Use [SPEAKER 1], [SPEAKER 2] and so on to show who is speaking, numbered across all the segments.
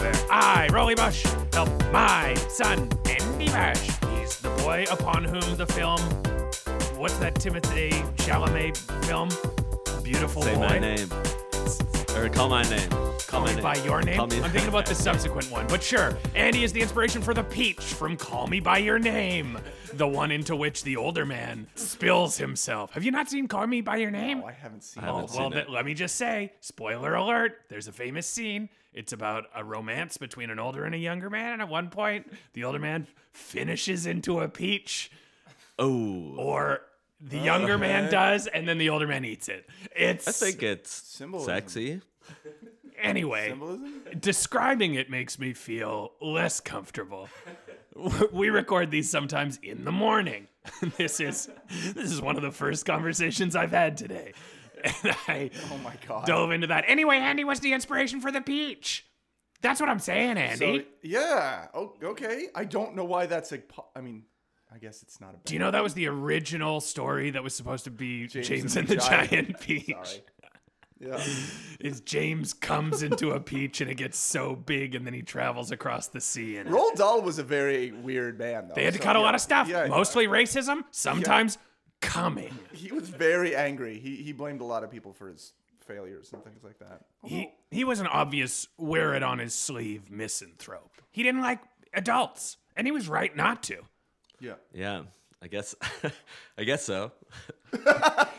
[SPEAKER 1] I, Rolly Bush, help my son, Andy Bush. He's the boy upon whom the film, what's that Timothy Chalamet film? Beautiful
[SPEAKER 2] Say
[SPEAKER 1] boy.
[SPEAKER 2] my name. Or call my name. Call my
[SPEAKER 1] Call me
[SPEAKER 2] name.
[SPEAKER 1] by your name.
[SPEAKER 2] Call me
[SPEAKER 1] I'm thinking about the subsequent one, but sure. Andy is the inspiration for the peach from Call Me by Your Name, the one into which the older man spills himself. Have you not seen Call Me by Your Name?
[SPEAKER 3] I haven't seen
[SPEAKER 2] I haven't
[SPEAKER 3] it.
[SPEAKER 2] seen
[SPEAKER 1] Oh, well,
[SPEAKER 2] it.
[SPEAKER 1] th- let me just say, spoiler alert, there's a famous scene. It's about a romance between an older and a younger man, and at one point, the older man finishes into a peach,
[SPEAKER 2] Oh,
[SPEAKER 1] or the younger man does, and then the older man eats it. It's
[SPEAKER 2] I think it's
[SPEAKER 3] Symbolism.
[SPEAKER 2] sexy.
[SPEAKER 1] anyway.
[SPEAKER 3] Symbolism?
[SPEAKER 1] describing it makes me feel less comfortable. We record these sometimes in the morning. This is this is one of the first conversations I've had today. And I
[SPEAKER 3] Oh my god.
[SPEAKER 1] dove into that. Anyway, Andy, what's the inspiration for the peach? That's what I'm saying, Andy.
[SPEAKER 3] So, yeah. Oh, okay. I don't know why that's like. po- I mean, I guess it's not a. Bad
[SPEAKER 1] Do you know that was the original story that was supposed to be James, and the, Giant, Peach?
[SPEAKER 3] Sorry. Yeah.
[SPEAKER 1] Is James comes into a peach and it gets so big and then he travels across the sea and
[SPEAKER 3] Roald Dahl was a very weird man, though.
[SPEAKER 1] They had to
[SPEAKER 3] so,
[SPEAKER 1] cut a
[SPEAKER 3] yeah.
[SPEAKER 1] lot of stuff.
[SPEAKER 3] Yeah,
[SPEAKER 1] Mostly racism, sometimes coming.
[SPEAKER 3] he was very angry. He he blamed a lot of people for his failures and things like that.
[SPEAKER 1] He he was an obvious wear it on his sleeve misanthrope. He didn't like adults, and he was right not to.
[SPEAKER 3] Yeah.
[SPEAKER 2] Yeah, I guess. I guess so.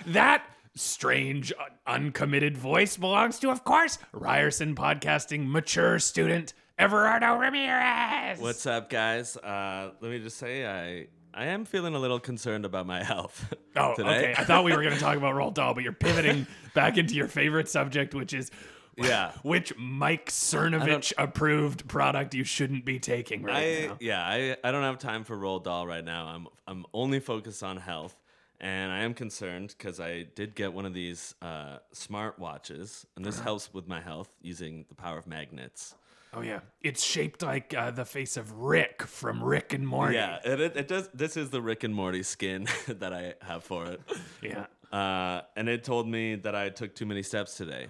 [SPEAKER 1] That strange, un- uncommitted voice belongs to, of course, Ryerson podcasting mature student Everardo Ramirez.
[SPEAKER 2] What's up, guys? Uh, let me just say, I I am feeling a little concerned about my health
[SPEAKER 1] Oh,
[SPEAKER 2] today.
[SPEAKER 1] okay. I thought we were going to talk about Roald Dahl, but you're pivoting back into your favorite subject, which is.
[SPEAKER 2] Yeah.
[SPEAKER 1] Which Mike Cernovich approved product you shouldn't be taking right
[SPEAKER 2] I
[SPEAKER 1] now?
[SPEAKER 2] yeah, I, I don't have time for Roll Doll right now. I'm I'm only focused on health, and I am concerned because I did get one of these uh, smart watches, and
[SPEAKER 1] Uh-huh.
[SPEAKER 2] this helps with my health using the power of magnets.
[SPEAKER 1] Oh yeah, it's shaped like uh, the face of Rick from Rick and Morty.
[SPEAKER 2] Yeah, it, it, it does. This is the Rick and Morty skin that I have for it,
[SPEAKER 1] yeah.
[SPEAKER 2] uh, and it told me that I took too many steps today.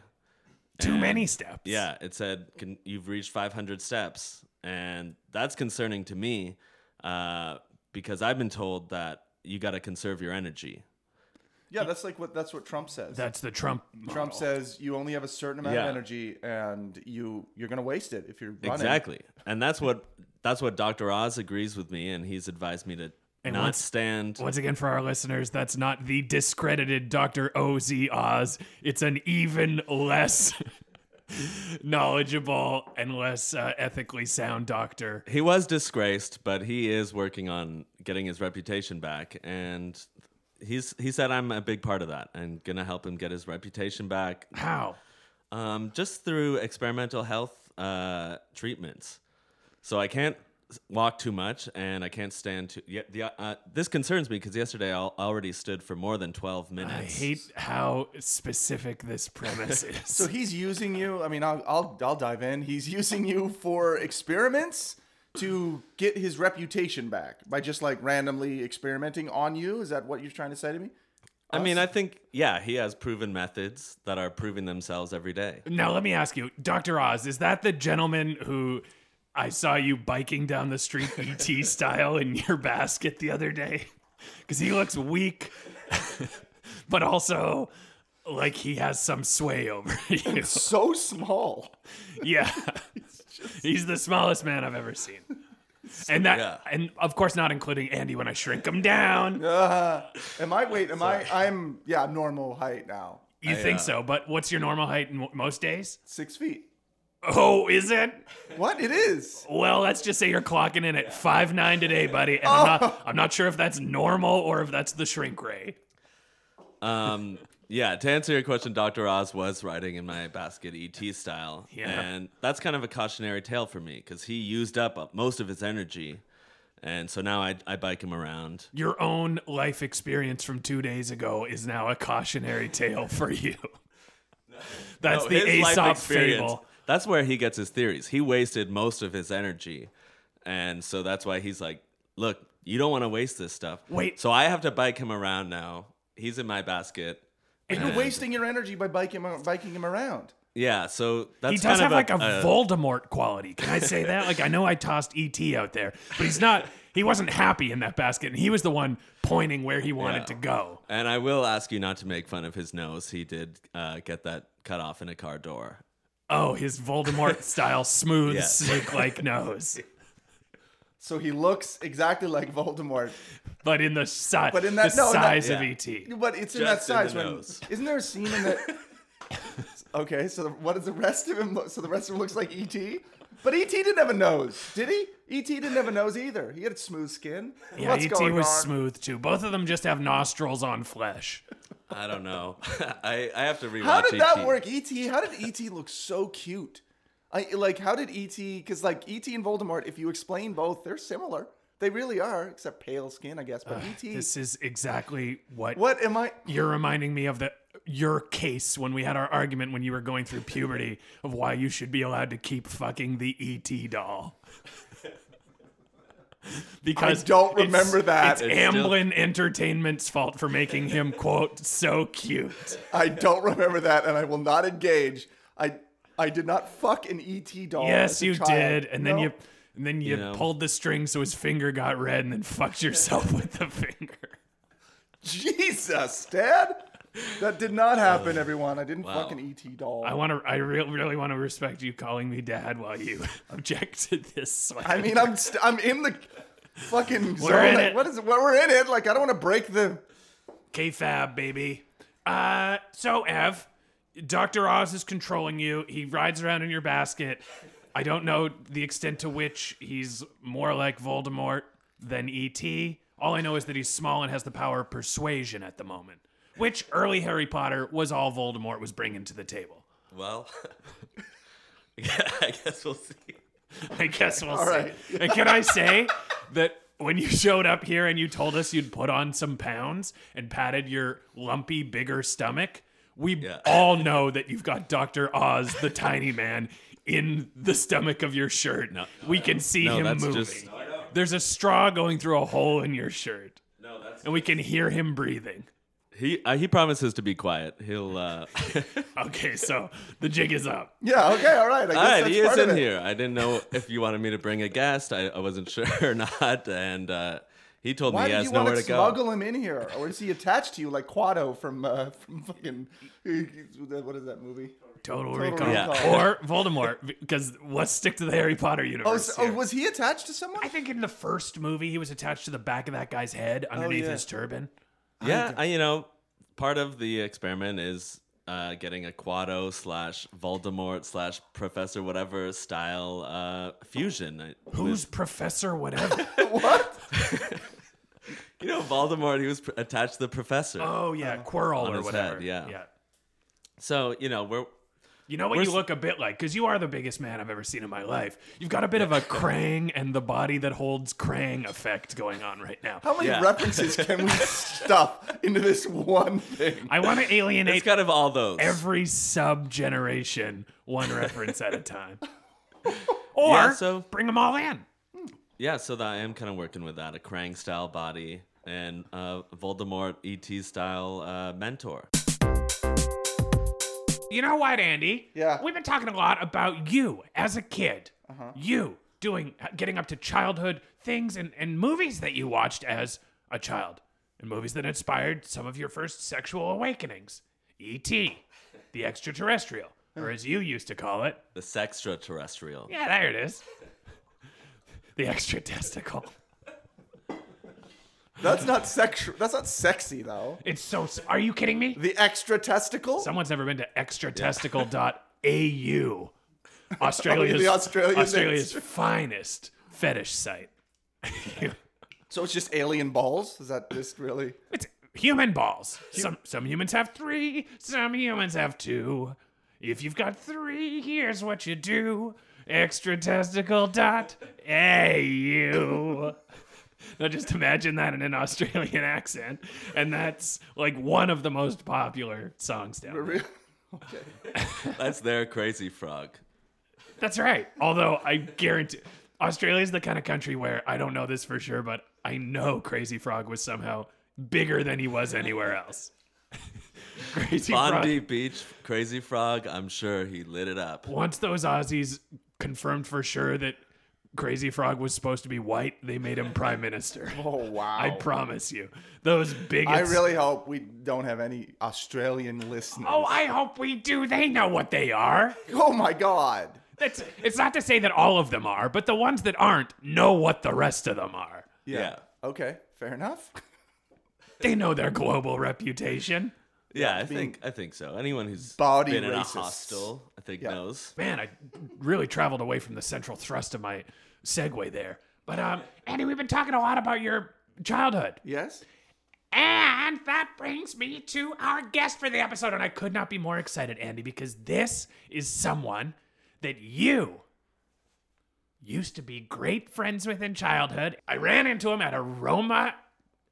[SPEAKER 1] Too many steps.
[SPEAKER 2] Yeah, it said can, you've reached 500 steps, and that's concerning to me uh, because I've been told that you got to conserve your energy.
[SPEAKER 3] Yeah. That's like what that's what Trump says.
[SPEAKER 1] that's the Trump. Model.
[SPEAKER 3] Trump says you only have a certain amount
[SPEAKER 2] Yeah.
[SPEAKER 3] of energy, and you you're gonna waste it if you're running.
[SPEAKER 2] Exactly, and that's what that's what Dr. Oz agrees with me, and he's advised me to not
[SPEAKER 1] once-
[SPEAKER 2] stand.
[SPEAKER 1] Once again, for our listeners, that's not the discredited Dr. Oz Oz. It's an even less knowledgeable and less uh, ethically sound doctor.
[SPEAKER 2] He was disgraced, but he is working on getting his reputation back, and he's he said I'm a big part of that, and gonna help him get his reputation back.
[SPEAKER 1] How?
[SPEAKER 2] Um, just through experimental health uh, treatments. So I can't s- walk too much, and I can't stand too. Yeah, the, uh, this concerns me because yesterday I al- already stood for more than twelve
[SPEAKER 1] I
[SPEAKER 2] minutes.
[SPEAKER 1] hate how specific this premise is.
[SPEAKER 3] So he's using you. I mean, I'll, I'll I'll dive in. He's using you for experiments to get his reputation back by just like randomly experimenting on you. Is that what you're trying to say to me?
[SPEAKER 2] I mean, I think yeah, he has proven methods that are proving themselves every day.
[SPEAKER 1] Now let me ask you, Dr. Oz, is that the gentleman who I saw you biking down the street ET style in your basket the other day? Cuz he looks weak but also like he has some sway over you.
[SPEAKER 3] So small.
[SPEAKER 1] Yeah. He's the smallest man I've ever seen. And that
[SPEAKER 2] yeah.
[SPEAKER 1] and of course not including Andy when I shrink him down.
[SPEAKER 3] Uh, am I? Wait, am I? I'm yeah, I'm normal height now.
[SPEAKER 1] You think so, but what's your normal height in mo- most days?
[SPEAKER 3] Six feet.
[SPEAKER 1] Oh, is it?
[SPEAKER 3] What it is?
[SPEAKER 1] Well, let's just say you're clocking in at five nine today, buddy. And I'm
[SPEAKER 2] Oh.
[SPEAKER 1] not I'm not sure if that's normal or if that's the shrink ray.
[SPEAKER 2] Um, yeah, to answer your question, Dr. Oz was riding in my basket ET style.
[SPEAKER 1] Yeah.
[SPEAKER 2] And that's kind of a cautionary tale for me because he used up uh, most of his energy. And so now I, I bike him around.
[SPEAKER 1] Your own life experience from two days ago is now a cautionary tale for you. That's
[SPEAKER 2] No,
[SPEAKER 1] the
[SPEAKER 2] Oh, his life
[SPEAKER 1] Aesop
[SPEAKER 2] experience-
[SPEAKER 1] fable.
[SPEAKER 2] That's where he gets his theories. He wasted most of his energy. And so that's why he's like, look, you don't want to waste this stuff.
[SPEAKER 1] Wait.
[SPEAKER 2] So I have to bike him around now. He's in my basket.
[SPEAKER 3] But you're wasting your energy by biking biking him around.
[SPEAKER 2] Yeah, so that's
[SPEAKER 1] he
[SPEAKER 2] kind
[SPEAKER 1] does have
[SPEAKER 2] of
[SPEAKER 1] like a,
[SPEAKER 2] a- uh,
[SPEAKER 1] Voldemort quality. Can I say that? Like I know I tossed ET out there, but he's not. He wasn't happy in that basket, and he was the one pointing where he wanted
[SPEAKER 2] Yeah.
[SPEAKER 1] to go.
[SPEAKER 2] And I will ask you not to make fun of his nose. He did uh, get that cut off in a car door.
[SPEAKER 1] Oh, his Voldemort style smooth
[SPEAKER 2] Yes.
[SPEAKER 1] snake like nose,
[SPEAKER 3] So he looks exactly like Voldemort,
[SPEAKER 1] but in the size,
[SPEAKER 3] but in that
[SPEAKER 1] the
[SPEAKER 3] no, not-
[SPEAKER 1] size of E
[SPEAKER 2] yeah.
[SPEAKER 1] ET.
[SPEAKER 3] But it's in that
[SPEAKER 2] Just in
[SPEAKER 3] size.
[SPEAKER 2] the
[SPEAKER 3] when-
[SPEAKER 2] nose.
[SPEAKER 3] isn't there a scene in that? okay, so the, what does the rest of him look? So the rest of him looks like ET, but ET didn't have a nose, did he? ET didn't have a nose either. He had smooth skin.
[SPEAKER 1] Yeah,
[SPEAKER 3] What's
[SPEAKER 1] ET
[SPEAKER 3] going
[SPEAKER 1] was
[SPEAKER 3] on? E-
[SPEAKER 1] smooth too. Both of them just have nostrils on flesh.
[SPEAKER 2] I don't know. I, I have to rewatch.
[SPEAKER 3] How did that
[SPEAKER 2] ET.
[SPEAKER 3] work? ET. How did ET look so cute? I like. How did ET? Because like ET and Voldemort, if you explain both, they're similar. They really are, except pale skin, I guess. But ET.
[SPEAKER 1] This is exactly what
[SPEAKER 3] what am I?
[SPEAKER 1] you're reminding me of the your case when we had our argument when you were going through puberty of why you should be allowed to keep fucking the ET doll. because
[SPEAKER 3] don't
[SPEAKER 1] it's-
[SPEAKER 3] remember that.
[SPEAKER 1] It's,
[SPEAKER 2] It's still-
[SPEAKER 1] Amblin Entertainment's fault for making him quote so cute.
[SPEAKER 3] I don't remember that, and I will not engage. I I did not fuck an ET doll.
[SPEAKER 1] yes,
[SPEAKER 3] as a
[SPEAKER 1] you
[SPEAKER 3] child.
[SPEAKER 1] did, and then
[SPEAKER 3] No.
[SPEAKER 1] you and then you,
[SPEAKER 2] know.
[SPEAKER 1] pulled the string so his finger got red, and then fucked yourself with the finger.
[SPEAKER 3] Jesus, Dad, that did not happen. everyone, I didn't fuck an ET doll.
[SPEAKER 1] I
[SPEAKER 3] I,
[SPEAKER 1] want to. I re- really want to respect you calling me dad while you object to this. Swear.
[SPEAKER 3] mean, I'm st- I'm in the fucking
[SPEAKER 1] We're
[SPEAKER 3] zone.
[SPEAKER 1] in
[SPEAKER 3] Like,
[SPEAKER 1] it.
[SPEAKER 3] What is it? Well, we're in it. Like I don't want to break the.
[SPEAKER 1] K-Fab, baby. Uh, so Ev, Doctor Oz is controlling you. He rides around in your basket. I don't know the extent to which he's more like Voldemort than ET. All I know is that he's small and has the power of persuasion at the moment, which early Harry Potter was all Voldemort was bringing to the table.
[SPEAKER 2] Well, yeah, I guess we'll see.
[SPEAKER 1] I guess we'll see.
[SPEAKER 3] right.
[SPEAKER 1] And can I say that when you showed up here and you told us you'd put on some pounds and patted your lumpy, bigger stomach, we all know that you've got Dr. Oz, the tiny man, in the stomach of your shirt. we can see
[SPEAKER 2] No,
[SPEAKER 1] him
[SPEAKER 2] that's
[SPEAKER 1] moving.
[SPEAKER 2] just- No,
[SPEAKER 1] There's a straw going through a hole in your shirt,
[SPEAKER 2] No, that's
[SPEAKER 1] and we can hear him breathing.
[SPEAKER 2] he. Uh, he promises to be quiet. He'll. Uh,
[SPEAKER 1] Okay, so the jig is up.
[SPEAKER 3] Yeah. Okay. All right. I guess
[SPEAKER 2] all right,
[SPEAKER 3] that's
[SPEAKER 2] he is
[SPEAKER 3] part of
[SPEAKER 2] in
[SPEAKER 3] it.
[SPEAKER 2] here. I didn't know if you wanted me to bring a guest. I, I wasn't sure or not, and uh, he told
[SPEAKER 3] Why
[SPEAKER 2] me he
[SPEAKER 3] did
[SPEAKER 2] has
[SPEAKER 3] you want
[SPEAKER 2] nowhere
[SPEAKER 3] to
[SPEAKER 2] to go.
[SPEAKER 3] smuggle him in here, or is he attached to you like Quado from uh, from fucking what is that movie?
[SPEAKER 1] Total, recall.
[SPEAKER 3] Recall.
[SPEAKER 1] Or Voldemort, because let's stick to the Harry Potter universe.
[SPEAKER 3] Oh, so, oh,
[SPEAKER 1] here.
[SPEAKER 3] was he attached to someone?
[SPEAKER 1] I think in the first movie he was attached to the back of that guy's head underneath
[SPEAKER 3] yeah.
[SPEAKER 1] his turban.
[SPEAKER 2] Yeah, I, you know, part of the experiment is uh, getting a Quado slash Voldemort slash Professor whatever style uh, fusion. I-
[SPEAKER 1] Who's Professor Whatever?
[SPEAKER 3] what?
[SPEAKER 2] You know, Voldemort. He was pr- attached to the Professor.
[SPEAKER 1] oh yeah, Quirrell or
[SPEAKER 2] his
[SPEAKER 1] whatever.
[SPEAKER 2] head, yeah. So you know, we're
[SPEAKER 1] You know what you look a bit like because you are the biggest man I've ever seen in my life. You've got a bit of a Krang and the body that holds Krang effect going on right now.
[SPEAKER 3] How many
[SPEAKER 2] Yeah.
[SPEAKER 3] references can we stuff into this one thing?
[SPEAKER 1] I want to alienate
[SPEAKER 2] it's kind of all those.
[SPEAKER 1] every sub generation one reference at a time, or
[SPEAKER 2] Yeah, so-
[SPEAKER 1] bring them all in.
[SPEAKER 2] yeah, so that I am kind of working with that a Krang style body and uh, Voldemort ET style uh, mentor.
[SPEAKER 1] You know what, Andy?
[SPEAKER 3] Yeah.
[SPEAKER 1] We've been talking a lot about you as a kid. You doing, getting up to childhood things and, and movies that you watched as a child, and movies that inspired some of your first sexual awakenings. E.T., the extraterrestrial, or as you used to call it.
[SPEAKER 2] The sextraterrestrial.
[SPEAKER 1] Yeah, there it is. The extra testicle.
[SPEAKER 3] That's not sexual. That's not sexy though.
[SPEAKER 1] It's so. s- Are you kidding me?
[SPEAKER 3] The extra testicle.
[SPEAKER 1] Someone's never been to extratesticle.au, Australia's,
[SPEAKER 3] the Australian
[SPEAKER 1] Australia's finest fetish site.
[SPEAKER 3] so it's just alien balls. Is that just really?
[SPEAKER 1] It's human balls. Some some humans have three, some humans have two. If you've got three, here's what you do. Extratesticle.au. Now just imagine that in an Australian accent. And that's like one of the most popular songs down there.
[SPEAKER 3] okay.
[SPEAKER 2] That's their crazy frog.
[SPEAKER 1] That's right. Although I guarantee Australia's the kind of country where I don't know this for sure, but I know Crazy Frog was somehow bigger than he was anywhere else. Crazy
[SPEAKER 2] Bondi
[SPEAKER 1] Frog.
[SPEAKER 2] Beach, Crazy Frog. I'm sure he lit it up.
[SPEAKER 1] Once those Aussies confirmed for sure that Crazy Frog was supposed to be white, they made him prime minister.
[SPEAKER 3] Oh wow!
[SPEAKER 1] I promise you. Those bigots.
[SPEAKER 3] I really hope we don't have any Australian listeners.
[SPEAKER 1] Oh, I hope we do. They know what they are.
[SPEAKER 3] Oh my god!
[SPEAKER 1] That's, it's not to say that all of them are, but the ones that aren't know what the rest of them are.
[SPEAKER 2] Yeah.
[SPEAKER 3] Okay, fair enough.
[SPEAKER 1] They know their global reputation.
[SPEAKER 2] Yeah, I think I think so. Anyone who's
[SPEAKER 3] Body
[SPEAKER 2] been in a
[SPEAKER 3] racists.
[SPEAKER 2] hostel, I think
[SPEAKER 3] Yeah.
[SPEAKER 2] knows.
[SPEAKER 1] Man, I really traveled away from the central thrust of my segue there. But, um, Andy, we've been talking a lot about your childhood.
[SPEAKER 3] Yes.
[SPEAKER 1] And that brings me to our guest for the episode. And I could not be more excited, Andy, because this is someone that you used to be great friends with in childhood. I ran into him at Aroma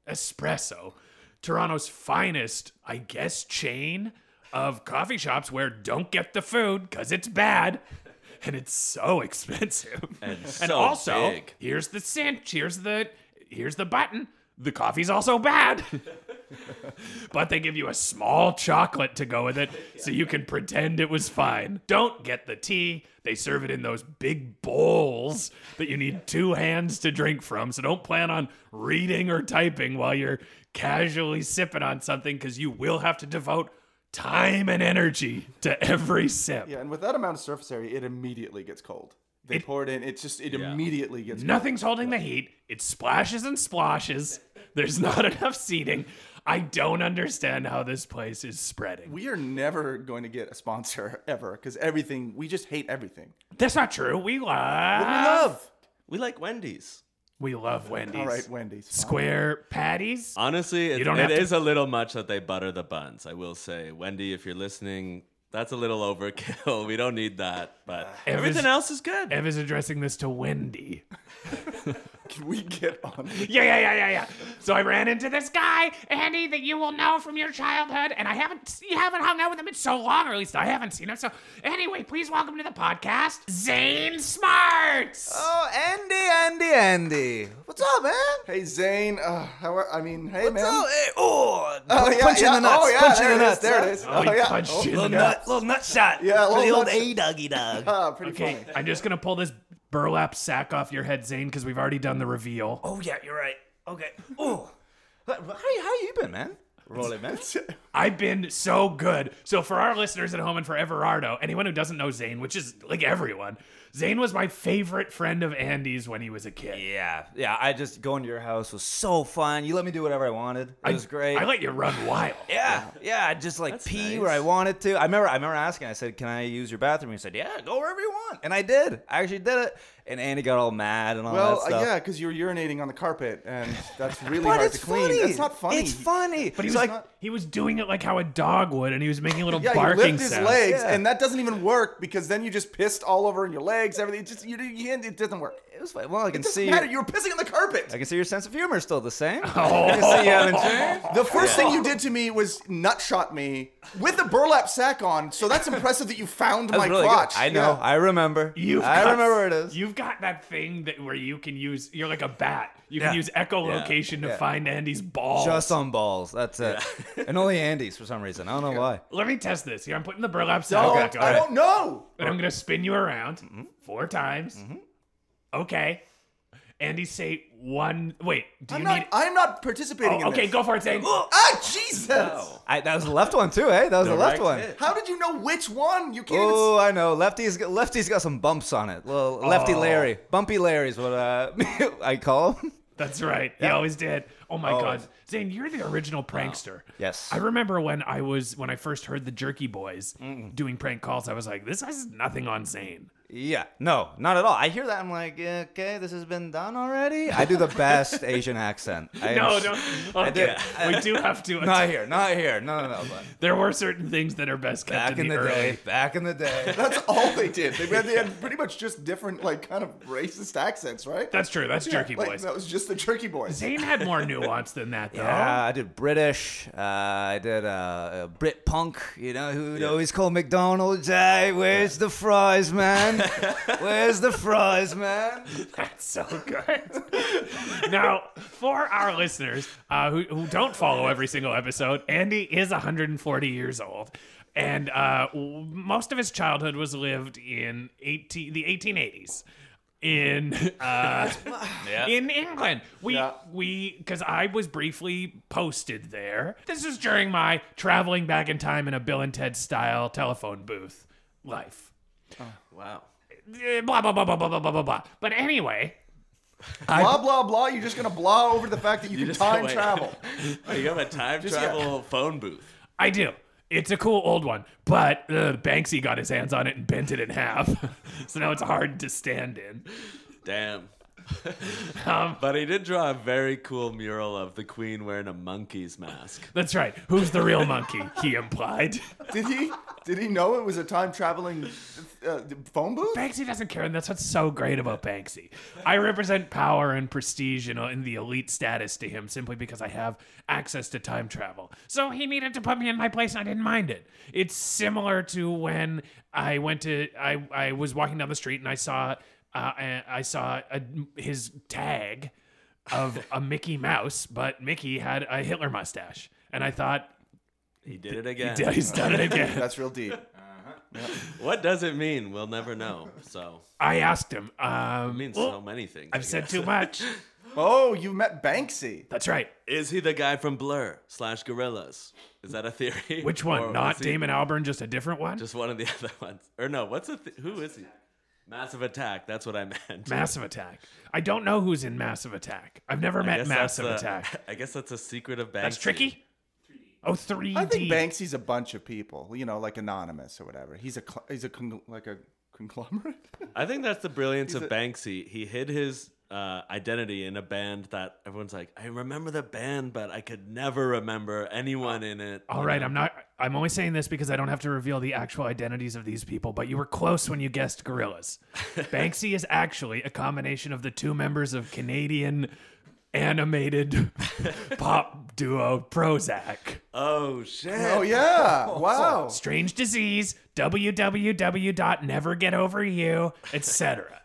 [SPEAKER 1] Espresso, Toronto's finest, I guess, chain of coffee shops where don't get the food because it's bad. And it's so expensive.
[SPEAKER 2] And
[SPEAKER 1] and
[SPEAKER 2] so
[SPEAKER 1] also,
[SPEAKER 2] big.
[SPEAKER 1] here's the cinch here's the here's the button the coffee's also bad but they give you a small chocolate to go with it so you can pretend it was fine don't get the tea they serve it in those big bowls that you need two hands to drink from so don't plan on reading or typing while you're casually sipping on something because you will have to devote time and energy to every sip
[SPEAKER 3] Yeah, and with that amount of surface area, it immediately gets cold. They pour it in. It's just it immediately gets. cold.
[SPEAKER 1] Nothing's holding the heat. It splashes and splashes. There's not enough seating. I don't understand how this place is spreading.
[SPEAKER 3] We are never going to get a sponsor ever because everything we just hate everything.
[SPEAKER 1] That's not true. We
[SPEAKER 3] What do we
[SPEAKER 1] love
[SPEAKER 3] love.
[SPEAKER 2] We like Wendy's.
[SPEAKER 1] we love Wendy's.
[SPEAKER 3] All right, Wendy's.
[SPEAKER 1] Square patties.
[SPEAKER 2] Honestly, it,
[SPEAKER 1] don't
[SPEAKER 2] it
[SPEAKER 1] have to-
[SPEAKER 2] is a little much that they butter the buns. I will say, Wendy, if you're listening, that's a little overkill. We don't need that, but
[SPEAKER 1] Ev is-
[SPEAKER 2] everything else is good.
[SPEAKER 1] Ev is addressing this to Wendy.
[SPEAKER 3] Can we get on?
[SPEAKER 1] Yeah, yeah, yeah, yeah, yeah. So I ran into this guy, Andy, that you will know from your childhood, and I haven't you haven't hung out with him in so long, or at least I haven't seen him. So anyway, please welcome to the podcast, Zane Smarts.
[SPEAKER 4] Oh, Andy, Andy, Andy. What's up, man?
[SPEAKER 3] Hey Zane, uh, how are? I mean, hey man.
[SPEAKER 4] Oh, hey, oh,
[SPEAKER 3] Oh, yeah,
[SPEAKER 4] punch
[SPEAKER 3] yeah.
[SPEAKER 4] in the nuts.
[SPEAKER 3] Oh, yeah,
[SPEAKER 4] punch
[SPEAKER 3] there
[SPEAKER 4] in the
[SPEAKER 3] it is,
[SPEAKER 4] nuts.
[SPEAKER 3] There
[SPEAKER 4] huh?
[SPEAKER 3] it is.
[SPEAKER 1] Oh, he
[SPEAKER 3] yeah.
[SPEAKER 1] punched you in the
[SPEAKER 4] Little
[SPEAKER 1] nuts.
[SPEAKER 4] nut, little nut shot.
[SPEAKER 3] Yeah,
[SPEAKER 4] for the
[SPEAKER 3] little
[SPEAKER 4] old
[SPEAKER 3] nut-
[SPEAKER 4] a doggy dog.
[SPEAKER 3] Ah, pretty
[SPEAKER 1] Okay,
[SPEAKER 3] funny.
[SPEAKER 1] I'm just gonna pull this burlap sack off your head, Zane, because we've already done the reveal.
[SPEAKER 4] oh yeah, you're right. Okay. Oh, how you- how you been, man? Rolling, man.
[SPEAKER 1] I've been so good. So for our listeners at home and for Everardo, anyone who doesn't know Zane, which is like everyone, Zane was my favorite friend of Andy's when he was a kid.
[SPEAKER 4] Yeah, yeah. I just going to your house was so fun. You let me do whatever I wanted. It was great.
[SPEAKER 1] I let you run wild.
[SPEAKER 4] Yeah, yeah. I just like pee
[SPEAKER 2] nice.
[SPEAKER 4] where I wanted to. I remember, I remember asking. I said, "Can I use your bathroom?" He said, "Yeah, go wherever you want." And I did. I actually did it. And Andy got all mad and all
[SPEAKER 3] Well,
[SPEAKER 4] that
[SPEAKER 3] uh,
[SPEAKER 4] stuff.
[SPEAKER 3] yeah, because you're urinating on the carpet, and that's really
[SPEAKER 4] But
[SPEAKER 3] hard
[SPEAKER 4] it's
[SPEAKER 3] to clean.
[SPEAKER 4] funny.
[SPEAKER 3] That's not funny.
[SPEAKER 4] It's funny. But
[SPEAKER 1] He
[SPEAKER 4] he's
[SPEAKER 1] was,
[SPEAKER 4] like,
[SPEAKER 1] he was doing it like how a dog would, and he was making little
[SPEAKER 3] Yeah, you
[SPEAKER 1] barking
[SPEAKER 3] lift his
[SPEAKER 1] sounds.
[SPEAKER 3] legs,
[SPEAKER 4] Yeah.
[SPEAKER 3] and that doesn't even work because then you just pissed all over in your legs. Everything it just you, you it doesn't work.
[SPEAKER 4] it was like, well, I can
[SPEAKER 3] It doesn't
[SPEAKER 4] see.
[SPEAKER 3] matter.
[SPEAKER 4] Your,
[SPEAKER 3] You were pissing on the carpet.
[SPEAKER 4] I can see your sense of humor is still the same. I can see you haven't changed.
[SPEAKER 3] The first thing you did to me was nutshot me with a burlap sack on. So that's impressive that you found
[SPEAKER 4] That
[SPEAKER 3] my
[SPEAKER 4] was really good.
[SPEAKER 3] crotch.
[SPEAKER 4] I know.
[SPEAKER 3] Yeah.
[SPEAKER 4] I remember.
[SPEAKER 1] You've
[SPEAKER 4] I
[SPEAKER 1] got-
[SPEAKER 4] remember where it is.
[SPEAKER 1] You've got that thing that where you can use. You're like a bat. You can
[SPEAKER 4] Yeah.
[SPEAKER 1] use echolocation to find Andy's ball.
[SPEAKER 4] Just on balls. That's it. and only Andy's for some reason. I don't know why.
[SPEAKER 1] Let me test this. Here, I'm putting the burlap sack
[SPEAKER 3] Don't,
[SPEAKER 1] back on.
[SPEAKER 3] I don't know.
[SPEAKER 1] But I'm gonna spin you around
[SPEAKER 4] Mm-hmm.
[SPEAKER 1] four times. Okay. Andy, say one. Wait, do
[SPEAKER 3] I'm
[SPEAKER 1] you
[SPEAKER 3] not.
[SPEAKER 1] need?
[SPEAKER 3] I'm not participating.
[SPEAKER 1] Oh,
[SPEAKER 3] in
[SPEAKER 1] okay,
[SPEAKER 3] this.
[SPEAKER 1] go for it, Zane.
[SPEAKER 3] Ah, Jesus!
[SPEAKER 4] I, that was the left one too, eh? That was the, left
[SPEAKER 2] Direct
[SPEAKER 4] one.
[SPEAKER 2] hit.
[SPEAKER 3] How did you know which one? You can't. even
[SPEAKER 4] Oh, I know. Lefty's got, lefty's got some bumps on it. Little lefty
[SPEAKER 1] Oh.
[SPEAKER 4] Larry, bumpy Larry's what uh, I call him.
[SPEAKER 1] That's right. He always did. Oh my God, Zane, you're the original prankster.
[SPEAKER 4] Oh. Yes.
[SPEAKER 1] I remember when I was when I first heard the Jerky Boys doing prank calls. I was like, this has nothing on Zane.
[SPEAKER 4] Yeah, no, not at all. I hear that. I'm like, yeah, okay, this has been done already. I do the best Asian accent. I
[SPEAKER 1] No,
[SPEAKER 4] am-
[SPEAKER 1] no.
[SPEAKER 4] did.
[SPEAKER 1] Okay, we do have to.
[SPEAKER 4] not here, not here. No, no, no. But
[SPEAKER 1] There were certain things that are best kept
[SPEAKER 4] back in the
[SPEAKER 1] early.
[SPEAKER 4] day, back in the day.
[SPEAKER 3] That's all they did. They had, they had pretty much just different, like, kind of racist accents, right?
[SPEAKER 1] That's true. That's Jerky
[SPEAKER 3] like,
[SPEAKER 1] Boys.
[SPEAKER 3] That was just the Jerky Boys.
[SPEAKER 1] Zane had more nuance than that, though.
[SPEAKER 4] Yeah, I did British. Uh, I did uh, uh, Brit punk. You know who'd always call McDonald's? Hey, where's the fries, man? man? Where's the fries, man?
[SPEAKER 1] That's so good. now, for our listeners uh, who, who don't follow every single episode, Andy is 140 years old. And uh, w- most of his childhood was lived in 18, the 1880s in uh,
[SPEAKER 4] Yeah.
[SPEAKER 1] in England. We
[SPEAKER 3] Yeah.
[SPEAKER 1] we because I was briefly posted there. This is during my traveling back in time in a Bill and Ted style telephone booth life
[SPEAKER 2] Wow.
[SPEAKER 1] eh, blah blah blah blah blah blah blah blah. blah. But anyway,
[SPEAKER 3] Blah blah blah. You're just gonna blah over the fact that you, can
[SPEAKER 2] just-
[SPEAKER 3] time
[SPEAKER 2] wait.
[SPEAKER 3] travel.
[SPEAKER 2] Oh, you have a time travel phone booth.
[SPEAKER 1] I do. It's a cool old one, but uh, Banksy got his hands on it and bent it in half, so now it's hard to stand in.
[SPEAKER 2] Damn.
[SPEAKER 1] Um,
[SPEAKER 2] But he did draw a very cool mural of the queen wearing a monkey's mask.
[SPEAKER 1] That's right. Who's the real monkey? He implied.
[SPEAKER 3] Did he? Did he know it was a time traveling uh, phone booth?
[SPEAKER 1] Banksy doesn't care, and that's what's so great about Banksy. I represent power and prestige and, and the elite status to him simply because I have access to time travel. So he needed to put me in my place, and I didn't mind it. It's similar to when I went to I I was walking down the street and I saw uh, I, I saw a, his tag of a Mickey Mouse, but Mickey had a Hitler mustache, and I thought.
[SPEAKER 2] He did it again.
[SPEAKER 1] "Yeah, He's done it again.
[SPEAKER 3] That's real deep.
[SPEAKER 2] What does it mean? We'll never know. So
[SPEAKER 1] I asked him. Um,
[SPEAKER 2] it means
[SPEAKER 1] well,
[SPEAKER 2] so many things. I
[SPEAKER 1] I've said
[SPEAKER 2] guess.
[SPEAKER 1] too much.
[SPEAKER 3] Oh, you met Banksy.
[SPEAKER 1] That's right.
[SPEAKER 2] Is he the guy from Blur slash Gorillas? Is that a theory?
[SPEAKER 1] Which one?
[SPEAKER 2] Or
[SPEAKER 1] Not
[SPEAKER 2] is he
[SPEAKER 1] Damon Albarn, just a different one?
[SPEAKER 2] Just one of the other ones. Or no? What's a th- who is he? Massive Attack. That's what I meant.
[SPEAKER 1] Massive Attack. I don't know who's in Massive Attack. I've never
[SPEAKER 2] I
[SPEAKER 1] met
[SPEAKER 2] guess that's uh,
[SPEAKER 1] Massive
[SPEAKER 2] a-
[SPEAKER 1] Attack.
[SPEAKER 2] I guess that's a secret of Banksy.
[SPEAKER 1] That's tricky. Oh, 3D.
[SPEAKER 3] I think Banksy's a bunch of people, you know, like anonymous or whatever. He's a cl- he's a con- like a conglomerate.
[SPEAKER 2] I think that's the brilliance of
[SPEAKER 3] a-
[SPEAKER 2] Banksy. He hid his uh, identity in a band that everyone's like, I remember the band, but I could never remember anyone in it.
[SPEAKER 1] All right, I'm not. I'm only saying this because I don't have to reveal the actual identities of these people. But you were close when you guessed gorillas. Banksy is actually a combination of the two members of Canadian animated pop duo Prozac.
[SPEAKER 2] Oh shit!
[SPEAKER 3] Oh yeah! Wow.
[SPEAKER 1] Strange Disease, www.nevergetoveryou, etc.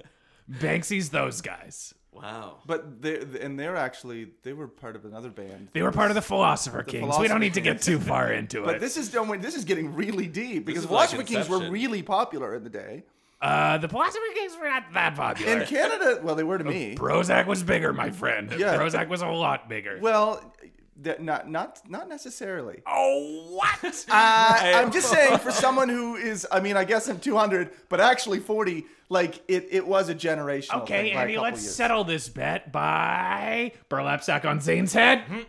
[SPEAKER 1] Banksy's those guys.
[SPEAKER 2] Wow.
[SPEAKER 3] But they and they're actually they were part of another band.
[SPEAKER 1] They were part of the Philosopher Kings. we
[SPEAKER 3] Philosopher
[SPEAKER 1] don't need to get too far into
[SPEAKER 3] But
[SPEAKER 1] it.
[SPEAKER 3] this is don't- this is getting really deep because
[SPEAKER 2] is like
[SPEAKER 3] Philosopher Kings were
[SPEAKER 2] Inception.
[SPEAKER 3] really popular in the day
[SPEAKER 1] uh, the Philosopher Kings were not that popular.
[SPEAKER 3] in Canada. Well, they were to me.
[SPEAKER 1] Prozac was bigger, my friend.
[SPEAKER 3] Yeah.
[SPEAKER 1] Prozac was a lot bigger.
[SPEAKER 3] Well, that not not not necessarily.
[SPEAKER 1] oh, what?
[SPEAKER 4] Uh,
[SPEAKER 3] I, I'm just saying, for someone who is, I mean, I guess I'm 200, but actually 40, like it, it was a generational.
[SPEAKER 1] okay,
[SPEAKER 3] thing by a
[SPEAKER 1] Andy,
[SPEAKER 3] couple
[SPEAKER 1] let's
[SPEAKER 3] years.
[SPEAKER 1] settle this bet by burlap sack on Zane's head.
[SPEAKER 3] Hmm.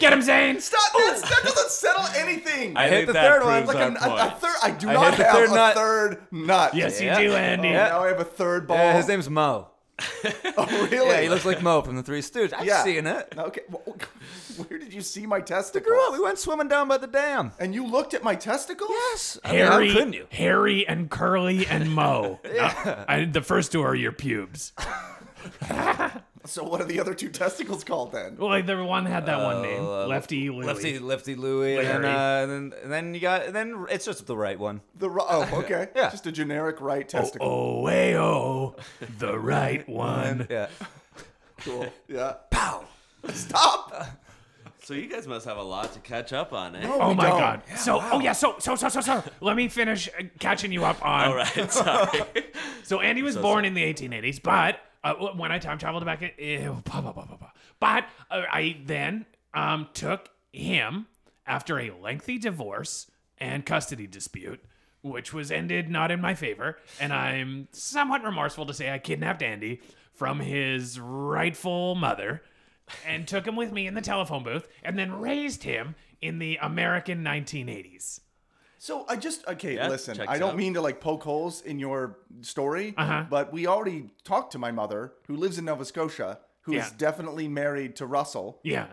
[SPEAKER 1] Get him, Zane.
[SPEAKER 3] Stop! That's, that doesn't settle anything.
[SPEAKER 2] I
[SPEAKER 4] hit
[SPEAKER 2] think
[SPEAKER 4] the
[SPEAKER 2] that
[SPEAKER 4] third one,
[SPEAKER 2] proves
[SPEAKER 3] like
[SPEAKER 2] our
[SPEAKER 3] a, a, a
[SPEAKER 2] point.
[SPEAKER 3] third. I do
[SPEAKER 4] I
[SPEAKER 3] not
[SPEAKER 4] hit the
[SPEAKER 3] have
[SPEAKER 4] third
[SPEAKER 3] a
[SPEAKER 4] nut.
[SPEAKER 3] third nut.
[SPEAKER 1] Yes,
[SPEAKER 4] Yeah.
[SPEAKER 1] you do, Andy.
[SPEAKER 4] Yeah.
[SPEAKER 3] Now I have a third ball.
[SPEAKER 4] Yeah, his name's Mo.
[SPEAKER 3] Oh, really?
[SPEAKER 4] Yeah, he looks like Mo from the Three Stooges. I've
[SPEAKER 3] Yeah.
[SPEAKER 4] seen it.
[SPEAKER 3] Okay. well, Where did you see my testicles?
[SPEAKER 4] Grew up. We went swimming down by the dam.
[SPEAKER 3] And you looked at my testicles?
[SPEAKER 4] Yes. I mean, how
[SPEAKER 1] Harry,
[SPEAKER 4] couldn't you?
[SPEAKER 1] Harry and Curly and Mo. Uh, I, the first two are your pubes.
[SPEAKER 3] So what are the other two testicles called then?
[SPEAKER 1] Well, like, the one had that one name, Lefty Louie.
[SPEAKER 4] Oh, uh, Lefty, lefty Louie, and, then, uh, and then and then you got and then it's just the right one.
[SPEAKER 3] The ro- oh, okay.
[SPEAKER 4] Yeah.
[SPEAKER 3] Just a generic right
[SPEAKER 1] Oh,
[SPEAKER 3] testicle.
[SPEAKER 1] oh, way, oh, the right one.
[SPEAKER 4] Yeah.
[SPEAKER 3] Cool. Yeah.
[SPEAKER 4] Pow.
[SPEAKER 3] Stop.
[SPEAKER 2] So you guys must have a lot to catch up on, eh?
[SPEAKER 1] Oh
[SPEAKER 3] We
[SPEAKER 1] my
[SPEAKER 3] don't.
[SPEAKER 1] god. so, oh yeah, so, so, so, so, so. Let me finish uh, catching you up on.
[SPEAKER 2] All right, sorry.
[SPEAKER 1] So Andy was born in the 1880s, but uh, w- when I time traveled back, in, ew, blah, blah, blah, blah, blah. but uh, I then um, took him after a lengthy divorce and custody dispute, which was ended not in my favor, and I'm somewhat remorseful to say I kidnapped Andy from his rightful mother and took him with me in the telephone booth and then raised him in the American 1980s.
[SPEAKER 3] So I just okay.
[SPEAKER 2] Yeah,
[SPEAKER 3] listen,
[SPEAKER 2] checks
[SPEAKER 3] I don't
[SPEAKER 2] out.
[SPEAKER 3] mean to like poke holes in your story,
[SPEAKER 1] Uh-huh.
[SPEAKER 3] but we already talked to my mother, who lives in Nova Scotia, who is
[SPEAKER 1] Yeah.
[SPEAKER 3] definitely married to Russell.
[SPEAKER 1] Yeah.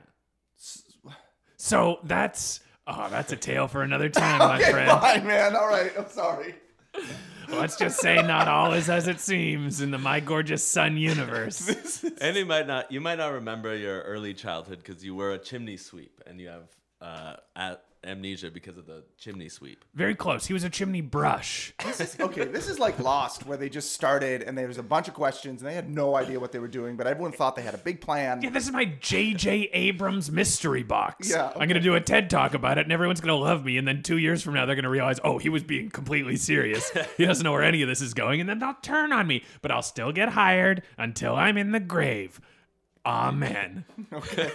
[SPEAKER 1] So that's oh, that's a tale for another time, my friend.
[SPEAKER 3] Fine, man. All right. I'm sorry.
[SPEAKER 1] Let's just say not all is as it seems in the My Gorgeous Son universe.
[SPEAKER 2] and you might not, you might not remember your early childhood because you were a chimney sweep, and you have uh, a- amnesia because of the chimney sweep.
[SPEAKER 1] Very close. He was a chimney brush.
[SPEAKER 3] okay, this is like Lost, where they just started and there was a bunch of questions and they had no idea what they were doing, but everyone thought they had a big plan.
[SPEAKER 1] Yeah, this is my J.J. Abrams mystery box.
[SPEAKER 3] Yeah,
[SPEAKER 1] I'm going to do a TED talk about it, and everyone's going to love me. And then two years from now, they're going to realize, oh, he was being completely serious. he doesn't know where any of this is going. And then they'll turn on me, but I'll still get hired until I'm in the grave. Amen. Okay.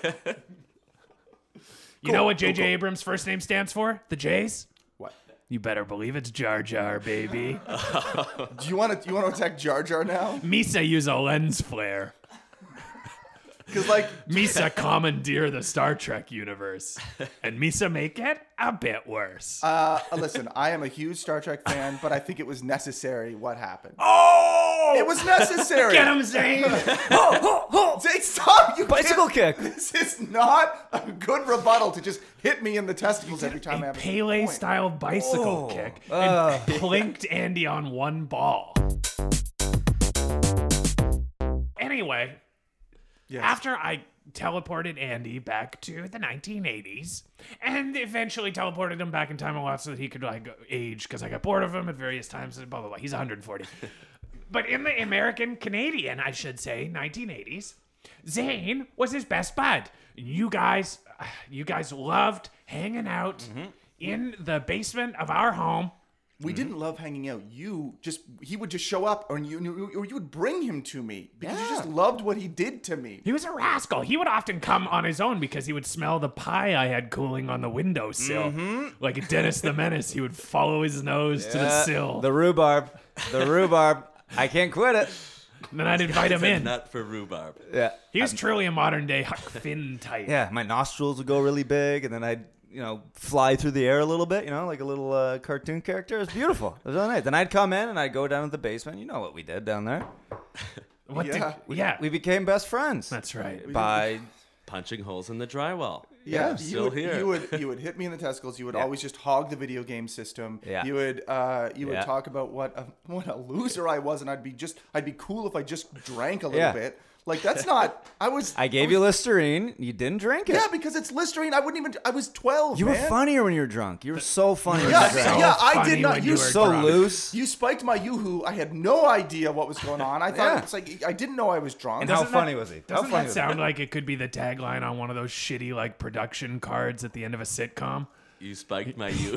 [SPEAKER 1] you know what J.J. Abrams' first name stands for? The J's?
[SPEAKER 3] What?
[SPEAKER 1] You better believe it's Jar Jar, baby.
[SPEAKER 3] Do you want to you want to attack Jar Jar now?
[SPEAKER 1] Misa use a lens flare.
[SPEAKER 3] Because like
[SPEAKER 1] Misa commandeer the Star Trek universe, and Misa make it a bit worse.
[SPEAKER 3] Uh, listen, I am a huge Star Trek fan, but I think it was necessary what happened.
[SPEAKER 1] oh,
[SPEAKER 3] It was necessary.
[SPEAKER 1] Get him, Zane.
[SPEAKER 4] Ho, ho, ho.
[SPEAKER 3] Zane, stop! You
[SPEAKER 4] Bicycle
[SPEAKER 3] can't-
[SPEAKER 4] kick.
[SPEAKER 3] This is not a good rebuttal to just hit me in the testicles every time I have a
[SPEAKER 1] Pele
[SPEAKER 3] point.
[SPEAKER 1] style bicycle
[SPEAKER 4] Oh,
[SPEAKER 1] kick and
[SPEAKER 4] uh.
[SPEAKER 1] plinked Andy on one ball. Anyway,
[SPEAKER 3] Yes.
[SPEAKER 1] after I teleported Andy back to the 1980s and eventually teleported him back in time a lot so that he could like age because I got bored of him at various times and blah blah blah. He's 140. but in the American Canadian, I should say, 1980s, Zane was his best bud. You guys, you guys loved hanging out in the basement of our home.
[SPEAKER 3] We didn't love hanging out. You just he would just show up, or you you- or you would bring him to me because you just loved what he did to me.
[SPEAKER 1] He was a rascal. He would often come on his own because he would smell the pie I had cooling on the windowsill. Like Dennis the Menace, he would follow his nose to the
[SPEAKER 4] Uh,
[SPEAKER 1] sill.
[SPEAKER 4] The rhubarb. The rhubarb. I can't quit it.
[SPEAKER 1] and then I'd invite him
[SPEAKER 2] It's a
[SPEAKER 1] in.
[SPEAKER 2] nut for rhubarb.
[SPEAKER 4] Yeah.
[SPEAKER 1] He was truly a modern day Huck Finn type.
[SPEAKER 4] Yeah. My nostrils would go really big, and then I'd you know fly through the air a little bit, you know, like a little uh, cartoon character. It was beautiful. It was really nice. Then I'd come in and I'd go down to the basement. You know what we did down there?
[SPEAKER 1] What the-
[SPEAKER 3] Yeah.
[SPEAKER 1] yeah.
[SPEAKER 4] We became best friends.
[SPEAKER 1] that's right.
[SPEAKER 4] by
[SPEAKER 2] Punching holes in the drywall.
[SPEAKER 3] Yeah, you
[SPEAKER 2] still
[SPEAKER 3] would,
[SPEAKER 2] here.
[SPEAKER 3] You would you would hit me in the testicles. You would always just hog the video game system.
[SPEAKER 4] Yeah.
[SPEAKER 3] You would uh you would
[SPEAKER 4] Yeah.
[SPEAKER 3] talk about what a what a loser I was, and I'd be just I'd be cool if I just drank a little
[SPEAKER 4] Yeah.
[SPEAKER 3] bit. Like that's not I was
[SPEAKER 4] I gave you Listerine. You didn't drink it.
[SPEAKER 3] yeah because it's Listerine. I wouldn't even I was twelve.
[SPEAKER 4] you were
[SPEAKER 3] man.
[SPEAKER 4] funnier when you were drunk. You were so funny. when you
[SPEAKER 3] Yeah,
[SPEAKER 4] were drunk.
[SPEAKER 1] So
[SPEAKER 3] yeah, I
[SPEAKER 1] funny
[SPEAKER 3] did not.
[SPEAKER 1] when
[SPEAKER 3] You
[SPEAKER 1] you
[SPEAKER 3] were
[SPEAKER 1] were
[SPEAKER 4] so
[SPEAKER 1] drunk.
[SPEAKER 4] loose.
[SPEAKER 3] You spiked my yoo-hoo. I had no idea what was going on. I thought
[SPEAKER 4] Yeah.
[SPEAKER 3] it's like I didn't know I was drunk.
[SPEAKER 4] And how
[SPEAKER 1] Doesn't that-
[SPEAKER 4] funny was he? How
[SPEAKER 1] Doesn't
[SPEAKER 4] funny
[SPEAKER 1] that
[SPEAKER 4] was
[SPEAKER 1] sound like it could be the tagline on one of those shitty like production cards at the end of a sitcom?
[SPEAKER 2] You spiked my you.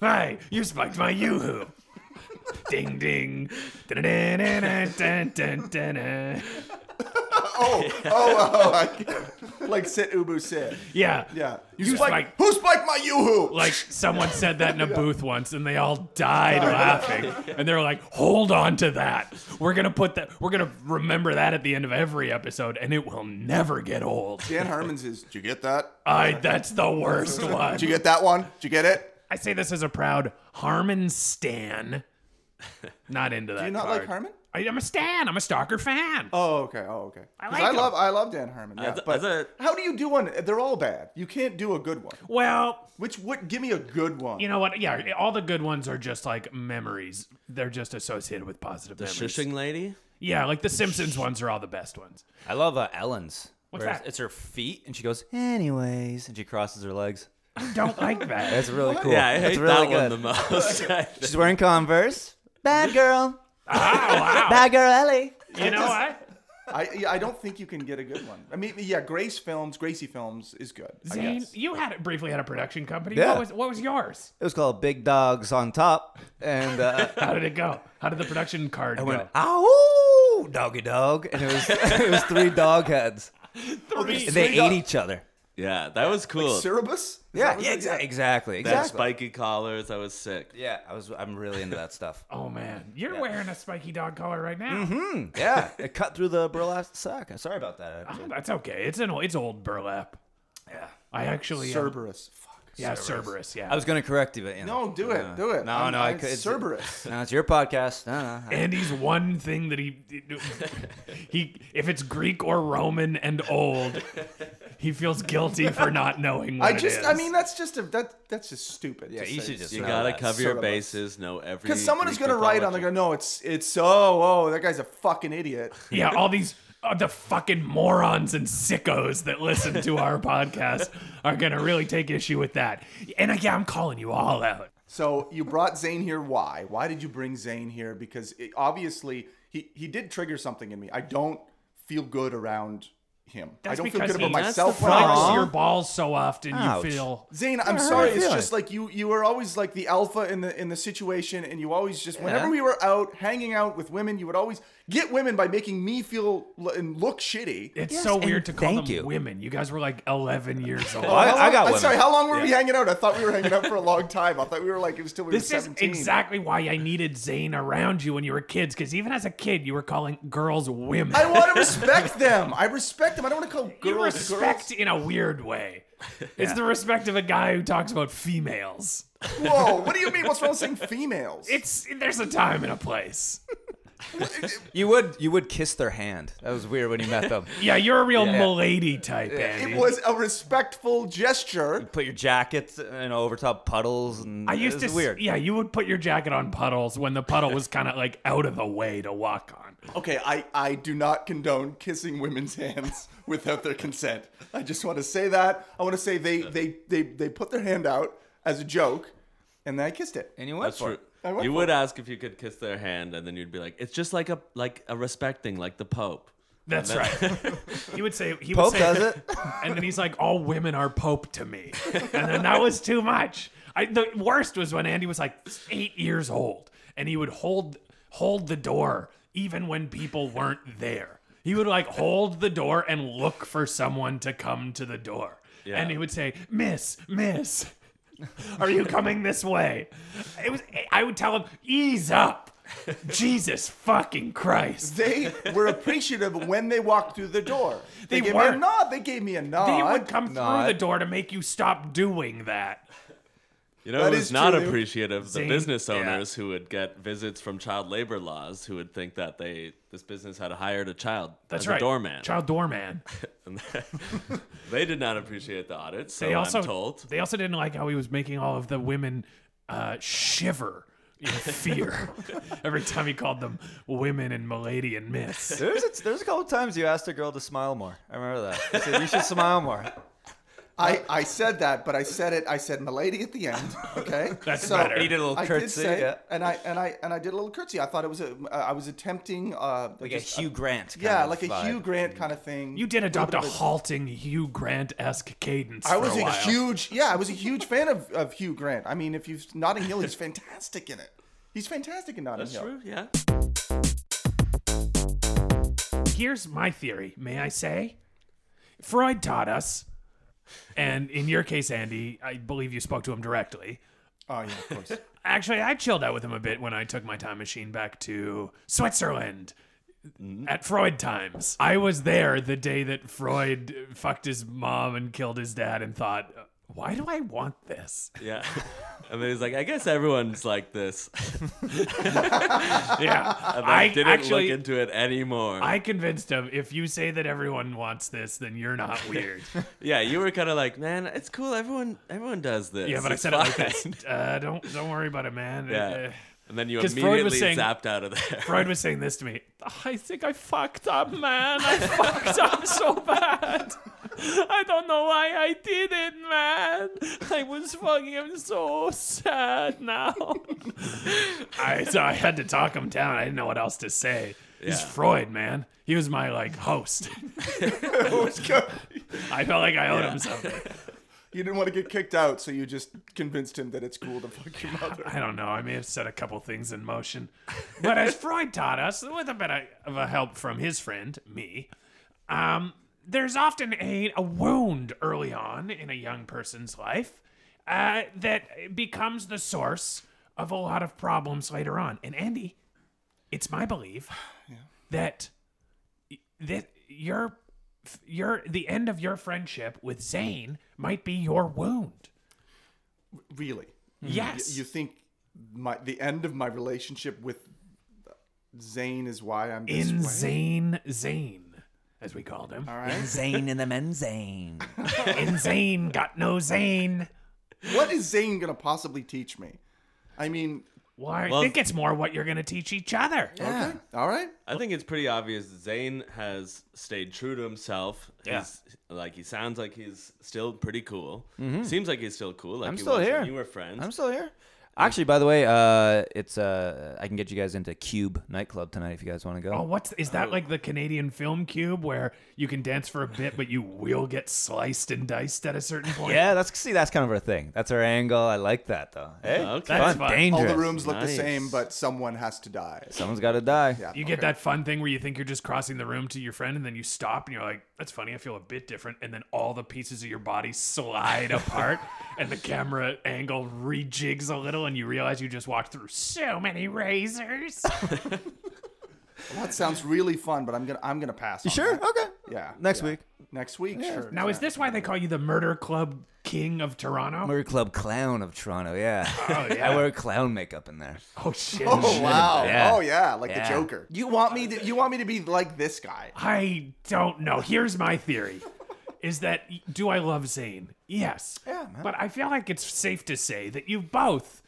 [SPEAKER 1] Hey, you spiked my yoo-hoo. ding ding. Da-da-da-da-da-da-da-da.
[SPEAKER 3] oh, oh, oh, I get it. like sit ubu sit.
[SPEAKER 1] Yeah.
[SPEAKER 3] Yeah, you,
[SPEAKER 1] You
[SPEAKER 3] spiked.
[SPEAKER 1] spiked-
[SPEAKER 3] Who spiked my yoo-hoo?
[SPEAKER 1] Like someone said that in a booth once, and they all died laughing. And they were like, "Hold on to that. We're gonna put that. We're gonna remember that at the end of every episode, and it will never get old."
[SPEAKER 3] Dan Harmon's is. Did you get that?
[SPEAKER 1] I. That's the worst one.
[SPEAKER 3] Did you get that one? Did you get it?
[SPEAKER 1] I say this as a proud Harmon Stan. Not into that.
[SPEAKER 3] you not
[SPEAKER 1] card.
[SPEAKER 3] like Harmon?
[SPEAKER 1] I, am a Stan. I'm a Stalker fan.
[SPEAKER 3] Oh, okay. Oh, okay. 'Cause I,
[SPEAKER 1] like him.
[SPEAKER 3] love I love Dan Harmon. Yeah,
[SPEAKER 2] As a-
[SPEAKER 3] but
[SPEAKER 2] as a-
[SPEAKER 3] how do you do one? They're all bad. You can't do a good one.
[SPEAKER 1] Well,
[SPEAKER 3] Which what? Give me a good one.
[SPEAKER 1] You know what? Yeah, all the good ones are just like memories. They're just associated with positive memories.
[SPEAKER 2] Shushing lady.
[SPEAKER 1] Yeah, like the Simpsons ones are all the best ones.
[SPEAKER 4] I love uh, Ellen's.
[SPEAKER 1] What's
[SPEAKER 4] where
[SPEAKER 1] that?
[SPEAKER 4] it's- It's her feet, and she goes, anyways, and she crosses her legs.
[SPEAKER 1] I don't like that.
[SPEAKER 4] That's really cool.
[SPEAKER 2] Yeah, I
[SPEAKER 4] That's
[SPEAKER 2] hate
[SPEAKER 4] really
[SPEAKER 2] that
[SPEAKER 4] good.
[SPEAKER 2] one the most.
[SPEAKER 4] She's wearing Converse. Bad girl.
[SPEAKER 1] oh, wow.
[SPEAKER 4] Bad girl Ellie.
[SPEAKER 1] You know what?
[SPEAKER 3] I yeah, I don't think you can get a good one. I mean, yeah, Grace Films, Gracie Films is good. I
[SPEAKER 1] Zane,
[SPEAKER 3] guess.
[SPEAKER 1] you had briefly had a production company.
[SPEAKER 4] Yeah.
[SPEAKER 1] What was what was yours?
[SPEAKER 4] It was called Big Dogs on Top. And uh,
[SPEAKER 1] How did it go? How did the production card
[SPEAKER 4] I
[SPEAKER 1] go?
[SPEAKER 4] went, ow, doggy dog. And it was, it was three dog heads.
[SPEAKER 1] Three.
[SPEAKER 4] And they
[SPEAKER 3] Three
[SPEAKER 4] ate
[SPEAKER 3] dog-
[SPEAKER 4] each other.
[SPEAKER 2] yeah, that was cool.
[SPEAKER 3] Cerebus?
[SPEAKER 4] Yeah, yeah, exa- exactly.
[SPEAKER 2] that
[SPEAKER 4] Exactly.
[SPEAKER 2] spiky collars. I was sick.
[SPEAKER 4] Yeah, I was, I'm really into that stuff.
[SPEAKER 1] Oh man, you're wearing a spiky dog collar right
[SPEAKER 3] Mm-hmm.
[SPEAKER 1] now.
[SPEAKER 4] yeah, it cut through the burlap sack. Sorry about that.
[SPEAKER 1] Oh, that's okay. It's an old, it's old burlap.
[SPEAKER 4] Yeah.
[SPEAKER 1] I actually um,
[SPEAKER 3] Cerberus. Fuck.
[SPEAKER 1] yeah Cerberus yeah.
[SPEAKER 4] I was going to correct you, but you know.
[SPEAKER 3] No, do it. Do it.
[SPEAKER 4] No,
[SPEAKER 3] I'm-
[SPEAKER 4] no, I
[SPEAKER 3] I'm
[SPEAKER 4] could- it's-
[SPEAKER 3] Cerberus.
[SPEAKER 4] No, it's your podcast. No, no. I-
[SPEAKER 1] Andy's one thing that he he if it's Greek or Roman and old, he feels guilty for not knowing what
[SPEAKER 3] I
[SPEAKER 1] it
[SPEAKER 3] just,
[SPEAKER 1] is.
[SPEAKER 3] I mean, that's just a that. That's just stupid.
[SPEAKER 4] Yeah, you should just
[SPEAKER 2] You
[SPEAKER 4] know
[SPEAKER 2] gotta
[SPEAKER 4] that.
[SPEAKER 2] cover your
[SPEAKER 3] Cerebus.
[SPEAKER 2] bases. Know every.
[SPEAKER 3] because someone is
[SPEAKER 2] Greek
[SPEAKER 3] gonna write on. They're
[SPEAKER 2] mythology.
[SPEAKER 3] gonna, no, it's it's oh, oh, that guy's a fucking idiot.
[SPEAKER 1] yeah, all these uh, the fucking morons and sickos that listen to our podcast are gonna really take issue with that. And uh, yeah, I'm calling you all out.
[SPEAKER 3] So you brought Zane here. Why? Why did you bring Zane here? Because it, obviously he he did trigger something in me. I don't feel good around him.
[SPEAKER 1] That's
[SPEAKER 3] I don't feel
[SPEAKER 1] because
[SPEAKER 3] good about
[SPEAKER 1] he- that's
[SPEAKER 3] myself.
[SPEAKER 4] the
[SPEAKER 3] when I'm
[SPEAKER 4] problem.
[SPEAKER 1] Flex
[SPEAKER 3] around
[SPEAKER 1] your balls so often,
[SPEAKER 4] Ouch.
[SPEAKER 1] you feel.
[SPEAKER 3] Zane, I'm
[SPEAKER 4] hurt my
[SPEAKER 3] sorry. It's
[SPEAKER 4] feelings.
[SPEAKER 3] just like you you were always like the alpha in the in the situation, and you always just whenever
[SPEAKER 4] Yeah.
[SPEAKER 3] we were out hanging out with women, you would always get women by making me feel l- and look shitty.
[SPEAKER 1] It's
[SPEAKER 4] Yes,
[SPEAKER 1] so
[SPEAKER 4] and
[SPEAKER 1] weird to call them
[SPEAKER 4] thank you.
[SPEAKER 1] women. You guys were like 11 years old.
[SPEAKER 4] I-
[SPEAKER 3] How
[SPEAKER 4] I
[SPEAKER 3] long-
[SPEAKER 4] got
[SPEAKER 3] I'm
[SPEAKER 4] women.
[SPEAKER 3] Sorry, how long were we hanging out? I thought we were hanging out for a long time. I thought we were like it was till we
[SPEAKER 1] This
[SPEAKER 3] were
[SPEAKER 1] is
[SPEAKER 3] 17.
[SPEAKER 1] exactly why I needed Zane around you when you were kids, because even as a kid, you were calling girls women.
[SPEAKER 3] I want to respect them. I respect them. I don't want to call girls
[SPEAKER 1] you
[SPEAKER 3] girls.
[SPEAKER 1] respect in a weird way. It's the respect of a guy who talks about females.
[SPEAKER 3] Whoa, what do you mean? What's wrong with saying females?
[SPEAKER 1] It's there's a time and a place.
[SPEAKER 4] You would you would kiss their hand. That was weird when you met them.
[SPEAKER 1] Yeah, you're a real milady type, Andy.
[SPEAKER 3] it was a respectful gesture.
[SPEAKER 4] Put your jackets you know, over top puddles and
[SPEAKER 1] I used
[SPEAKER 4] it
[SPEAKER 1] to
[SPEAKER 4] was
[SPEAKER 1] s-
[SPEAKER 4] weird.
[SPEAKER 1] Yeah, you would put your jacket on puddles when the puddle was kind of like out of the way to walk on.
[SPEAKER 3] Okay, I, I do not condone kissing women's hands without their consent. I just want to say that. I want to say they they they, they put their hand out as a joke, and then I kissed it.
[SPEAKER 4] And you went
[SPEAKER 2] That's
[SPEAKER 4] for
[SPEAKER 2] true.
[SPEAKER 4] it.
[SPEAKER 3] I went
[SPEAKER 2] You
[SPEAKER 3] for
[SPEAKER 2] would ask if you could kiss their hand, and then you'd be like, "It's just like a like a respect thing, like the Pope."
[SPEAKER 1] That's right. he would say he would
[SPEAKER 4] Pope
[SPEAKER 1] say,
[SPEAKER 4] does it.
[SPEAKER 1] and then he's like, "All women are pope to me," and then that was too much. I, the worst was when Andy was like eight years old, and he would hold hold the door even when people weren't there. He would like hold the door and look for someone to come to the door,
[SPEAKER 2] Yeah.
[SPEAKER 1] and he would say, "Miss, Miss." Are you coming this way? It was. I would tell him, "Ease up, Jesus fucking Christ."
[SPEAKER 3] They were appreciative when they walked through the door. They,
[SPEAKER 1] They
[SPEAKER 3] gave me a
[SPEAKER 1] weren't.
[SPEAKER 3] nod. They gave me a nod.
[SPEAKER 1] They would come
[SPEAKER 4] not.
[SPEAKER 1] through the door to make you stop doing that.
[SPEAKER 2] You know,
[SPEAKER 3] That
[SPEAKER 2] it was
[SPEAKER 3] is
[SPEAKER 2] not
[SPEAKER 3] true.
[SPEAKER 2] appreciative. The
[SPEAKER 1] Zing.
[SPEAKER 2] business
[SPEAKER 1] Yeah.
[SPEAKER 2] owners who would get visits from child labor laws, who would think that they this business had hired a child
[SPEAKER 1] That's
[SPEAKER 2] as
[SPEAKER 1] right.
[SPEAKER 2] a doorman.
[SPEAKER 1] Child doorman.
[SPEAKER 2] And they did not appreciate the audit. So
[SPEAKER 1] They also
[SPEAKER 2] I'm told.
[SPEAKER 1] they also didn't like how he was making all of the women uh, shiver in fear every time he called them women and milady and miss.
[SPEAKER 4] There's a, there's a couple times you asked a girl to smile more. I remember that. You said you should smile more.
[SPEAKER 3] I, I said that, but I said it. I said "milady" at the end. Okay,
[SPEAKER 1] That's better. He
[SPEAKER 4] did a little
[SPEAKER 3] I
[SPEAKER 4] curtsy,
[SPEAKER 3] did say,
[SPEAKER 4] yeah.
[SPEAKER 3] and I and I and I did a little curtsy. I thought it was a. I was attempting uh,
[SPEAKER 4] Like
[SPEAKER 3] just-
[SPEAKER 4] a Hugh Grant. Kind
[SPEAKER 3] yeah,
[SPEAKER 4] of
[SPEAKER 3] like
[SPEAKER 4] vibe.
[SPEAKER 3] a Hugh Grant kind of thing.
[SPEAKER 1] You did adopt a
[SPEAKER 3] Little bit of
[SPEAKER 1] halting Hugh Grant esque cadence.
[SPEAKER 3] I was
[SPEAKER 1] for
[SPEAKER 3] a,
[SPEAKER 1] a, while.
[SPEAKER 3] huge, yeah, I was a huge fan of, of Hugh Grant. I mean, if you've Notting Hill, he's fantastic in it. He's fantastic in Notting
[SPEAKER 2] That's
[SPEAKER 3] Hill.
[SPEAKER 2] true. Yeah.
[SPEAKER 1] Here's my theory, may I say? Freud taught us, and in your case, Andy, I believe you spoke to him directly.
[SPEAKER 3] Oh yeah, of course.
[SPEAKER 1] Actually, I chilled out with him a bit when I took my time machine back to Switzerland
[SPEAKER 2] Mm.
[SPEAKER 1] at Freud times. I was there the day that Freud fucked his mom and killed his dad and thought, why do I want this?
[SPEAKER 2] Yeah. And then he's like, I guess everyone's like this.
[SPEAKER 1] Yeah.
[SPEAKER 2] And I,
[SPEAKER 1] I
[SPEAKER 2] didn't
[SPEAKER 1] actually,
[SPEAKER 2] look into it anymore.
[SPEAKER 1] I convinced him if you say that everyone wants this, then you're not weird.
[SPEAKER 2] yeah, you were kind of like, man, it's cool. Everyone, everyone does this.
[SPEAKER 1] yeah, but I
[SPEAKER 2] It's
[SPEAKER 1] said it like this.
[SPEAKER 2] fine."
[SPEAKER 1] Uh, don't, don't worry about it, man.
[SPEAKER 2] yeah.
[SPEAKER 1] Uh,
[SPEAKER 2] And then you
[SPEAKER 1] 'Cause Freud was
[SPEAKER 2] immediately
[SPEAKER 1] saying-
[SPEAKER 2] zapped out of there.
[SPEAKER 1] Freud was saying this to me. I think I fucked up, man. I fucked up so bad. I don't know why I did it, man. I was fucking. I'm so sad now. I so I had to talk him down. I didn't know what else to say. He's
[SPEAKER 2] Yeah.
[SPEAKER 1] Freud, man. He was my like host. I felt like I owed him something.
[SPEAKER 3] you didn't want to get kicked out, so you just convinced him that it's cool to fuck your mother.
[SPEAKER 1] I don't know. I may have set a couple things in motion. But as Freud taught us, with a bit of a help from his friend, me, um, there's often a, a wound early on in a young person's life uh, that becomes the source of a lot of problems later on. And Andy, it's my belief that that your your the end of your friendship with Zane might be your wound.
[SPEAKER 3] Really?
[SPEAKER 1] Yes.
[SPEAKER 3] You think my the end of my relationship with Zane is why I'm this
[SPEAKER 1] in
[SPEAKER 3] way?
[SPEAKER 1] Zane Zane, as we called him.
[SPEAKER 3] All right.
[SPEAKER 4] Zane and the men Zane.
[SPEAKER 1] In Zane got no Zane.
[SPEAKER 3] What is Zane gonna possibly teach me? I mean,
[SPEAKER 1] Why?
[SPEAKER 2] Well-
[SPEAKER 1] I think it's more what you're going to teach each other.
[SPEAKER 3] Okay. All right.
[SPEAKER 2] I think it's pretty obvious Zayn has stayed true to himself.
[SPEAKER 1] Yeah.
[SPEAKER 2] He's, like he sounds like he's still pretty cool. Seems like he's still cool. Like
[SPEAKER 4] I'm
[SPEAKER 2] he
[SPEAKER 4] still
[SPEAKER 2] was
[SPEAKER 4] here.
[SPEAKER 2] When you were friends.
[SPEAKER 4] I'm still here. Actually, by the way, uh, it's uh, I can get you guys into Cube nightclub tonight if you guys want to go.
[SPEAKER 1] Oh, what's is that like the Canadian film cube where you can dance for a bit, but you will get sliced and diced at a certain point?
[SPEAKER 4] yeah, that's see, that's kind of our thing. That's our angle. I like that though. Hey,
[SPEAKER 2] Okay.
[SPEAKER 1] That's fun.
[SPEAKER 4] dangerous.
[SPEAKER 3] All the rooms look the
[SPEAKER 2] Nice.
[SPEAKER 3] same, but someone has to die.
[SPEAKER 4] Someone's got to die.
[SPEAKER 3] Yeah,
[SPEAKER 1] You get
[SPEAKER 3] okay.
[SPEAKER 1] that fun thing where you think you're just crossing the room to your friend, and then you stop and you're like, that's funny, I feel a bit different. And then all the pieces of your body slide apart, and the camera angle rejigs a little, and you realize you just walked through so many razors.
[SPEAKER 3] Well, that sounds really fun, but I'm gonna I'm gonna pass.
[SPEAKER 4] You
[SPEAKER 3] on
[SPEAKER 4] sure?
[SPEAKER 3] that.
[SPEAKER 4] Okay.
[SPEAKER 3] Yeah.
[SPEAKER 4] Next
[SPEAKER 3] yeah.
[SPEAKER 4] week.
[SPEAKER 3] Next week. Sure.
[SPEAKER 1] now, is this why they call you the Murder Club King of Toronto?
[SPEAKER 4] Murder Club Clown of Toronto. Yeah.
[SPEAKER 1] Oh, yeah.
[SPEAKER 4] I wear clown makeup in there.
[SPEAKER 1] oh, shit.
[SPEAKER 3] Oh wow!
[SPEAKER 4] Yeah.
[SPEAKER 3] Oh yeah, like
[SPEAKER 4] Yeah.
[SPEAKER 3] the Joker. You want me to? You want me to be like this guy?
[SPEAKER 1] I don't know. Here's my theory. Is that do I love Zayn? Yes.
[SPEAKER 4] Yeah, man.
[SPEAKER 1] But I feel like it's safe to say that you both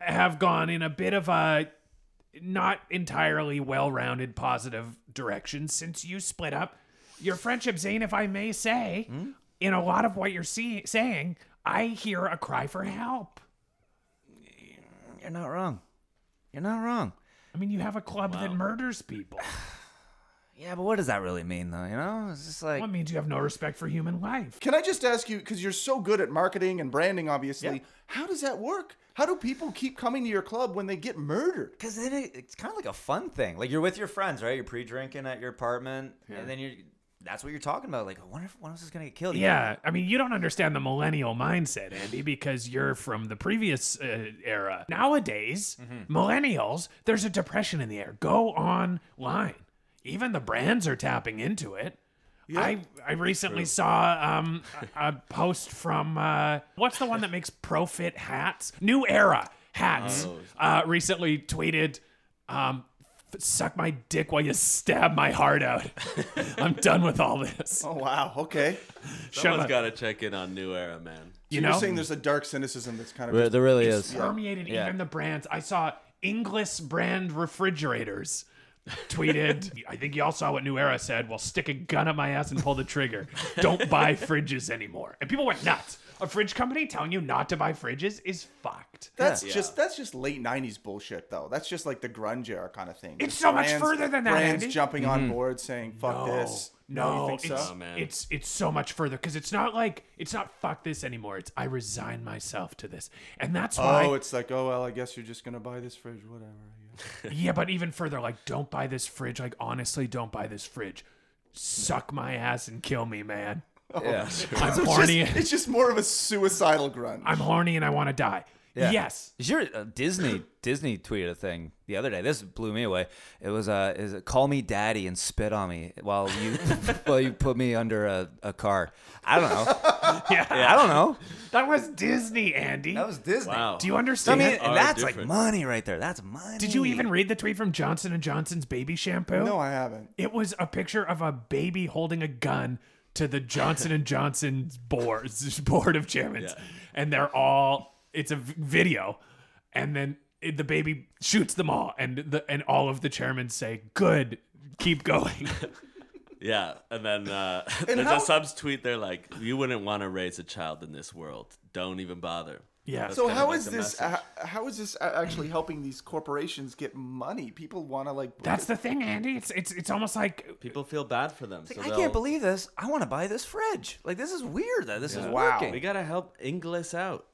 [SPEAKER 1] have gone in a bit of a not entirely well-rounded positive direction since you split up. Your friendship, Zayn, if I may say,
[SPEAKER 4] Hmm?
[SPEAKER 1] in a lot of what you're see- saying, I hear a cry for help.
[SPEAKER 4] You're not wrong. You're not wrong.
[SPEAKER 1] I mean, you have a club that murders people.
[SPEAKER 4] Yeah, but what does that really mean though? You know, it's just like
[SPEAKER 1] Well, it means you have no respect for human life.
[SPEAKER 3] Can I just ask you? Because you're so good at marketing and branding, obviously. How does that work? How do people keep coming to your club when they get murdered?
[SPEAKER 4] Because then it, it's kind of like a fun thing. Like you're with your friends, right? You're pre-drinking at your apartment, and then you're. That's what you're talking about. Like, I wonder if one of us is gonna get killed.
[SPEAKER 1] Yeah, I mean, you don't understand the millennial mindset, Andy, because you're from the previous uh, era. Nowadays,
[SPEAKER 3] Mm-hmm.
[SPEAKER 1] millennials, there's a depression in the air. Go online. Even the brands are tapping into it. I I recently saw um, a, a post from uh, what's the one that makes ProFit hats? New Era hats.
[SPEAKER 3] Oh.
[SPEAKER 1] Uh, recently tweeted. Um, "F- Suck my dick while you stab my heart out. I'm done with all this.
[SPEAKER 3] Oh wow. Okay.
[SPEAKER 1] Shut
[SPEAKER 2] Someone's
[SPEAKER 1] up.
[SPEAKER 2] got to check in on New Era, man.
[SPEAKER 1] you
[SPEAKER 3] So
[SPEAKER 1] know,
[SPEAKER 3] You're saying there's a dark cynicism that's kind of
[SPEAKER 4] there really is.
[SPEAKER 1] permeated
[SPEAKER 4] Yeah.
[SPEAKER 1] even the brands. I saw Inglis brand refrigerators tweeted. I think y'all saw what New Era said. Well, stick a gun up my ass and pull the trigger. Don't buy fridges anymore. And people went nuts. A fridge company telling you not to buy fridges is fucked.
[SPEAKER 3] That's just that's just late '90s bullshit, though. That's just like the grunge era kind of thing.
[SPEAKER 1] It's
[SPEAKER 3] Just
[SPEAKER 1] so much further than that,
[SPEAKER 3] Brands
[SPEAKER 1] Andy. Mm-hmm.
[SPEAKER 3] jumping on board saying "fuck this."
[SPEAKER 1] No,
[SPEAKER 3] you think
[SPEAKER 1] it's,
[SPEAKER 3] so?
[SPEAKER 2] man.
[SPEAKER 1] it's it's so much further because it's not like it's not fuck this anymore. It's I resign myself to this, and that's why.
[SPEAKER 3] Oh, it's like oh well, I guess you're just gonna buy this fridge, whatever. I guess.
[SPEAKER 1] Yeah, but even further, like, don't buy this fridge. Like, honestly, don't buy this fridge. Suck my ass and kill me, man.
[SPEAKER 4] Yeah.
[SPEAKER 1] I'm
[SPEAKER 3] So it's,
[SPEAKER 1] horny.
[SPEAKER 3] just, it's just more of a suicidal grunge.
[SPEAKER 1] I'm horny and I want to die.
[SPEAKER 4] Yeah.
[SPEAKER 1] Yes.
[SPEAKER 4] Is your uh, Disney Disney tweeted a thing the other day? This blew me away. It was uh, is it, call me daddy and spit on me while you while you put me under a, a car. I don't know.
[SPEAKER 1] Yeah.
[SPEAKER 4] I don't know.
[SPEAKER 1] That was Disney, Andy.
[SPEAKER 4] That was Disney.
[SPEAKER 2] Wow.
[SPEAKER 1] Do you
[SPEAKER 4] I
[SPEAKER 1] understand?
[SPEAKER 4] mean, and
[SPEAKER 2] are
[SPEAKER 4] that's like
[SPEAKER 2] different.
[SPEAKER 4] money right there. That's money.
[SPEAKER 1] Did you even read the tweet from Johnson and Johnson's baby shampoo?
[SPEAKER 3] no, I haven't.
[SPEAKER 1] It was a picture of a baby holding a gun to the Johnson and Johnson's board board of chairmen, and they're all. It's a v- video, and then it, the baby shoots them all, and the and all of the chairmen say, "Good, keep going."
[SPEAKER 2] Yeah, and then uh, there's
[SPEAKER 3] how-
[SPEAKER 2] a subs tweet. They're like, "You wouldn't want to raise a child in this world. Don't even bother."
[SPEAKER 1] yeah.
[SPEAKER 3] So
[SPEAKER 2] kinda
[SPEAKER 3] how
[SPEAKER 2] like
[SPEAKER 3] is
[SPEAKER 2] the
[SPEAKER 3] this?
[SPEAKER 2] message.
[SPEAKER 3] a- how is this a- actually helping these corporations get money? People want to like.
[SPEAKER 1] that's the thing, Andy. It's it's it's almost like
[SPEAKER 2] People feel bad for them. so
[SPEAKER 4] I
[SPEAKER 2] they'll-
[SPEAKER 4] can't believe this. I want to buy this fridge. Like this is weird that this is
[SPEAKER 3] Wow.
[SPEAKER 4] working.
[SPEAKER 2] we gotta help Inglis out.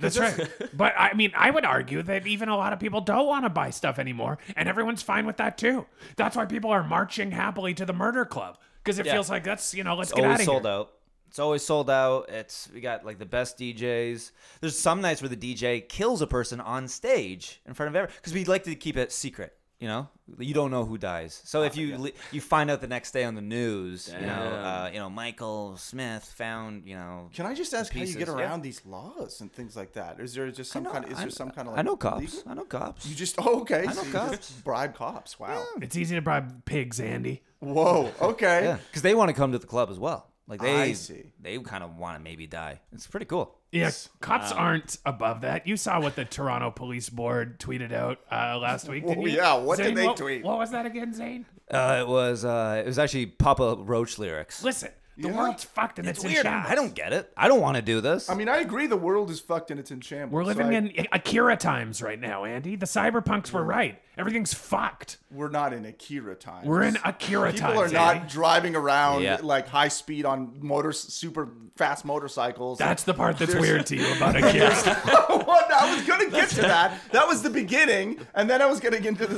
[SPEAKER 1] That's right. but I mean, I would argue that even a lot of people don't want to buy stuff anymore, and everyone's fine with that too. That's why people are marching happily to the murder club because it feels like that's you know let's
[SPEAKER 4] It's
[SPEAKER 1] get out
[SPEAKER 4] always
[SPEAKER 1] of
[SPEAKER 4] sold
[SPEAKER 1] here.
[SPEAKER 4] out. It's always sold out. It's we got like the best DJs. There's some nights where the DJ kills a person on stage in front of everyone because we like to keep it secret. You know, you don't know who dies. So if you li- you find out the next day on the news, you know, uh, you know Michael Smith found, you know,
[SPEAKER 3] Can I just ask how you
[SPEAKER 4] Pieces,
[SPEAKER 3] get
[SPEAKER 4] yeah.
[SPEAKER 3] around these laws and things like that? Is there just some kind? Of, is there some kind of? Like
[SPEAKER 4] I know cops.
[SPEAKER 3] legal-
[SPEAKER 4] I know cops.
[SPEAKER 3] You just oh, okay. I
[SPEAKER 4] know cops.
[SPEAKER 3] bribe cops. Wow.
[SPEAKER 1] It's easy to bribe pigs, Andy.
[SPEAKER 3] Whoa. Okay.
[SPEAKER 4] yeah, because they want to come to the club as well. Like they
[SPEAKER 3] I see.
[SPEAKER 4] they kind of want to maybe die. It's pretty cool.
[SPEAKER 1] Yeah, cops aren't above that. You saw what the Toronto Police Board tweeted out uh, last week, didn't
[SPEAKER 3] Oh,
[SPEAKER 1] you?
[SPEAKER 3] yeah, what did
[SPEAKER 1] Zane,
[SPEAKER 3] they tweet?
[SPEAKER 1] What was that again, Zane?
[SPEAKER 4] Uh, it was uh, it was actually Papa Roach lyrics.
[SPEAKER 1] Listen, the
[SPEAKER 3] Yeah.
[SPEAKER 1] world's fucked and it's,
[SPEAKER 4] It's
[SPEAKER 1] in
[SPEAKER 4] weird. I
[SPEAKER 1] shambles.
[SPEAKER 4] I don't get it. I don't want to do this.
[SPEAKER 3] I mean, I agree the world is fucked and it's in shambles.
[SPEAKER 1] We're
[SPEAKER 3] so
[SPEAKER 1] living
[SPEAKER 3] I-
[SPEAKER 1] in Akira times right now, Andy. The cyberpunks were right. Everything's fucked.
[SPEAKER 3] We're not in Akira times.
[SPEAKER 1] We're in Akira times. eh?
[SPEAKER 3] People are
[SPEAKER 1] Andy.
[SPEAKER 3] not driving around
[SPEAKER 4] Yeah.
[SPEAKER 3] like high speed on motor super fast motorcycles.
[SPEAKER 1] That's the part that's weird to you about Akira.
[SPEAKER 3] what I was gonna get to that. That was the beginning, and then I was getting into the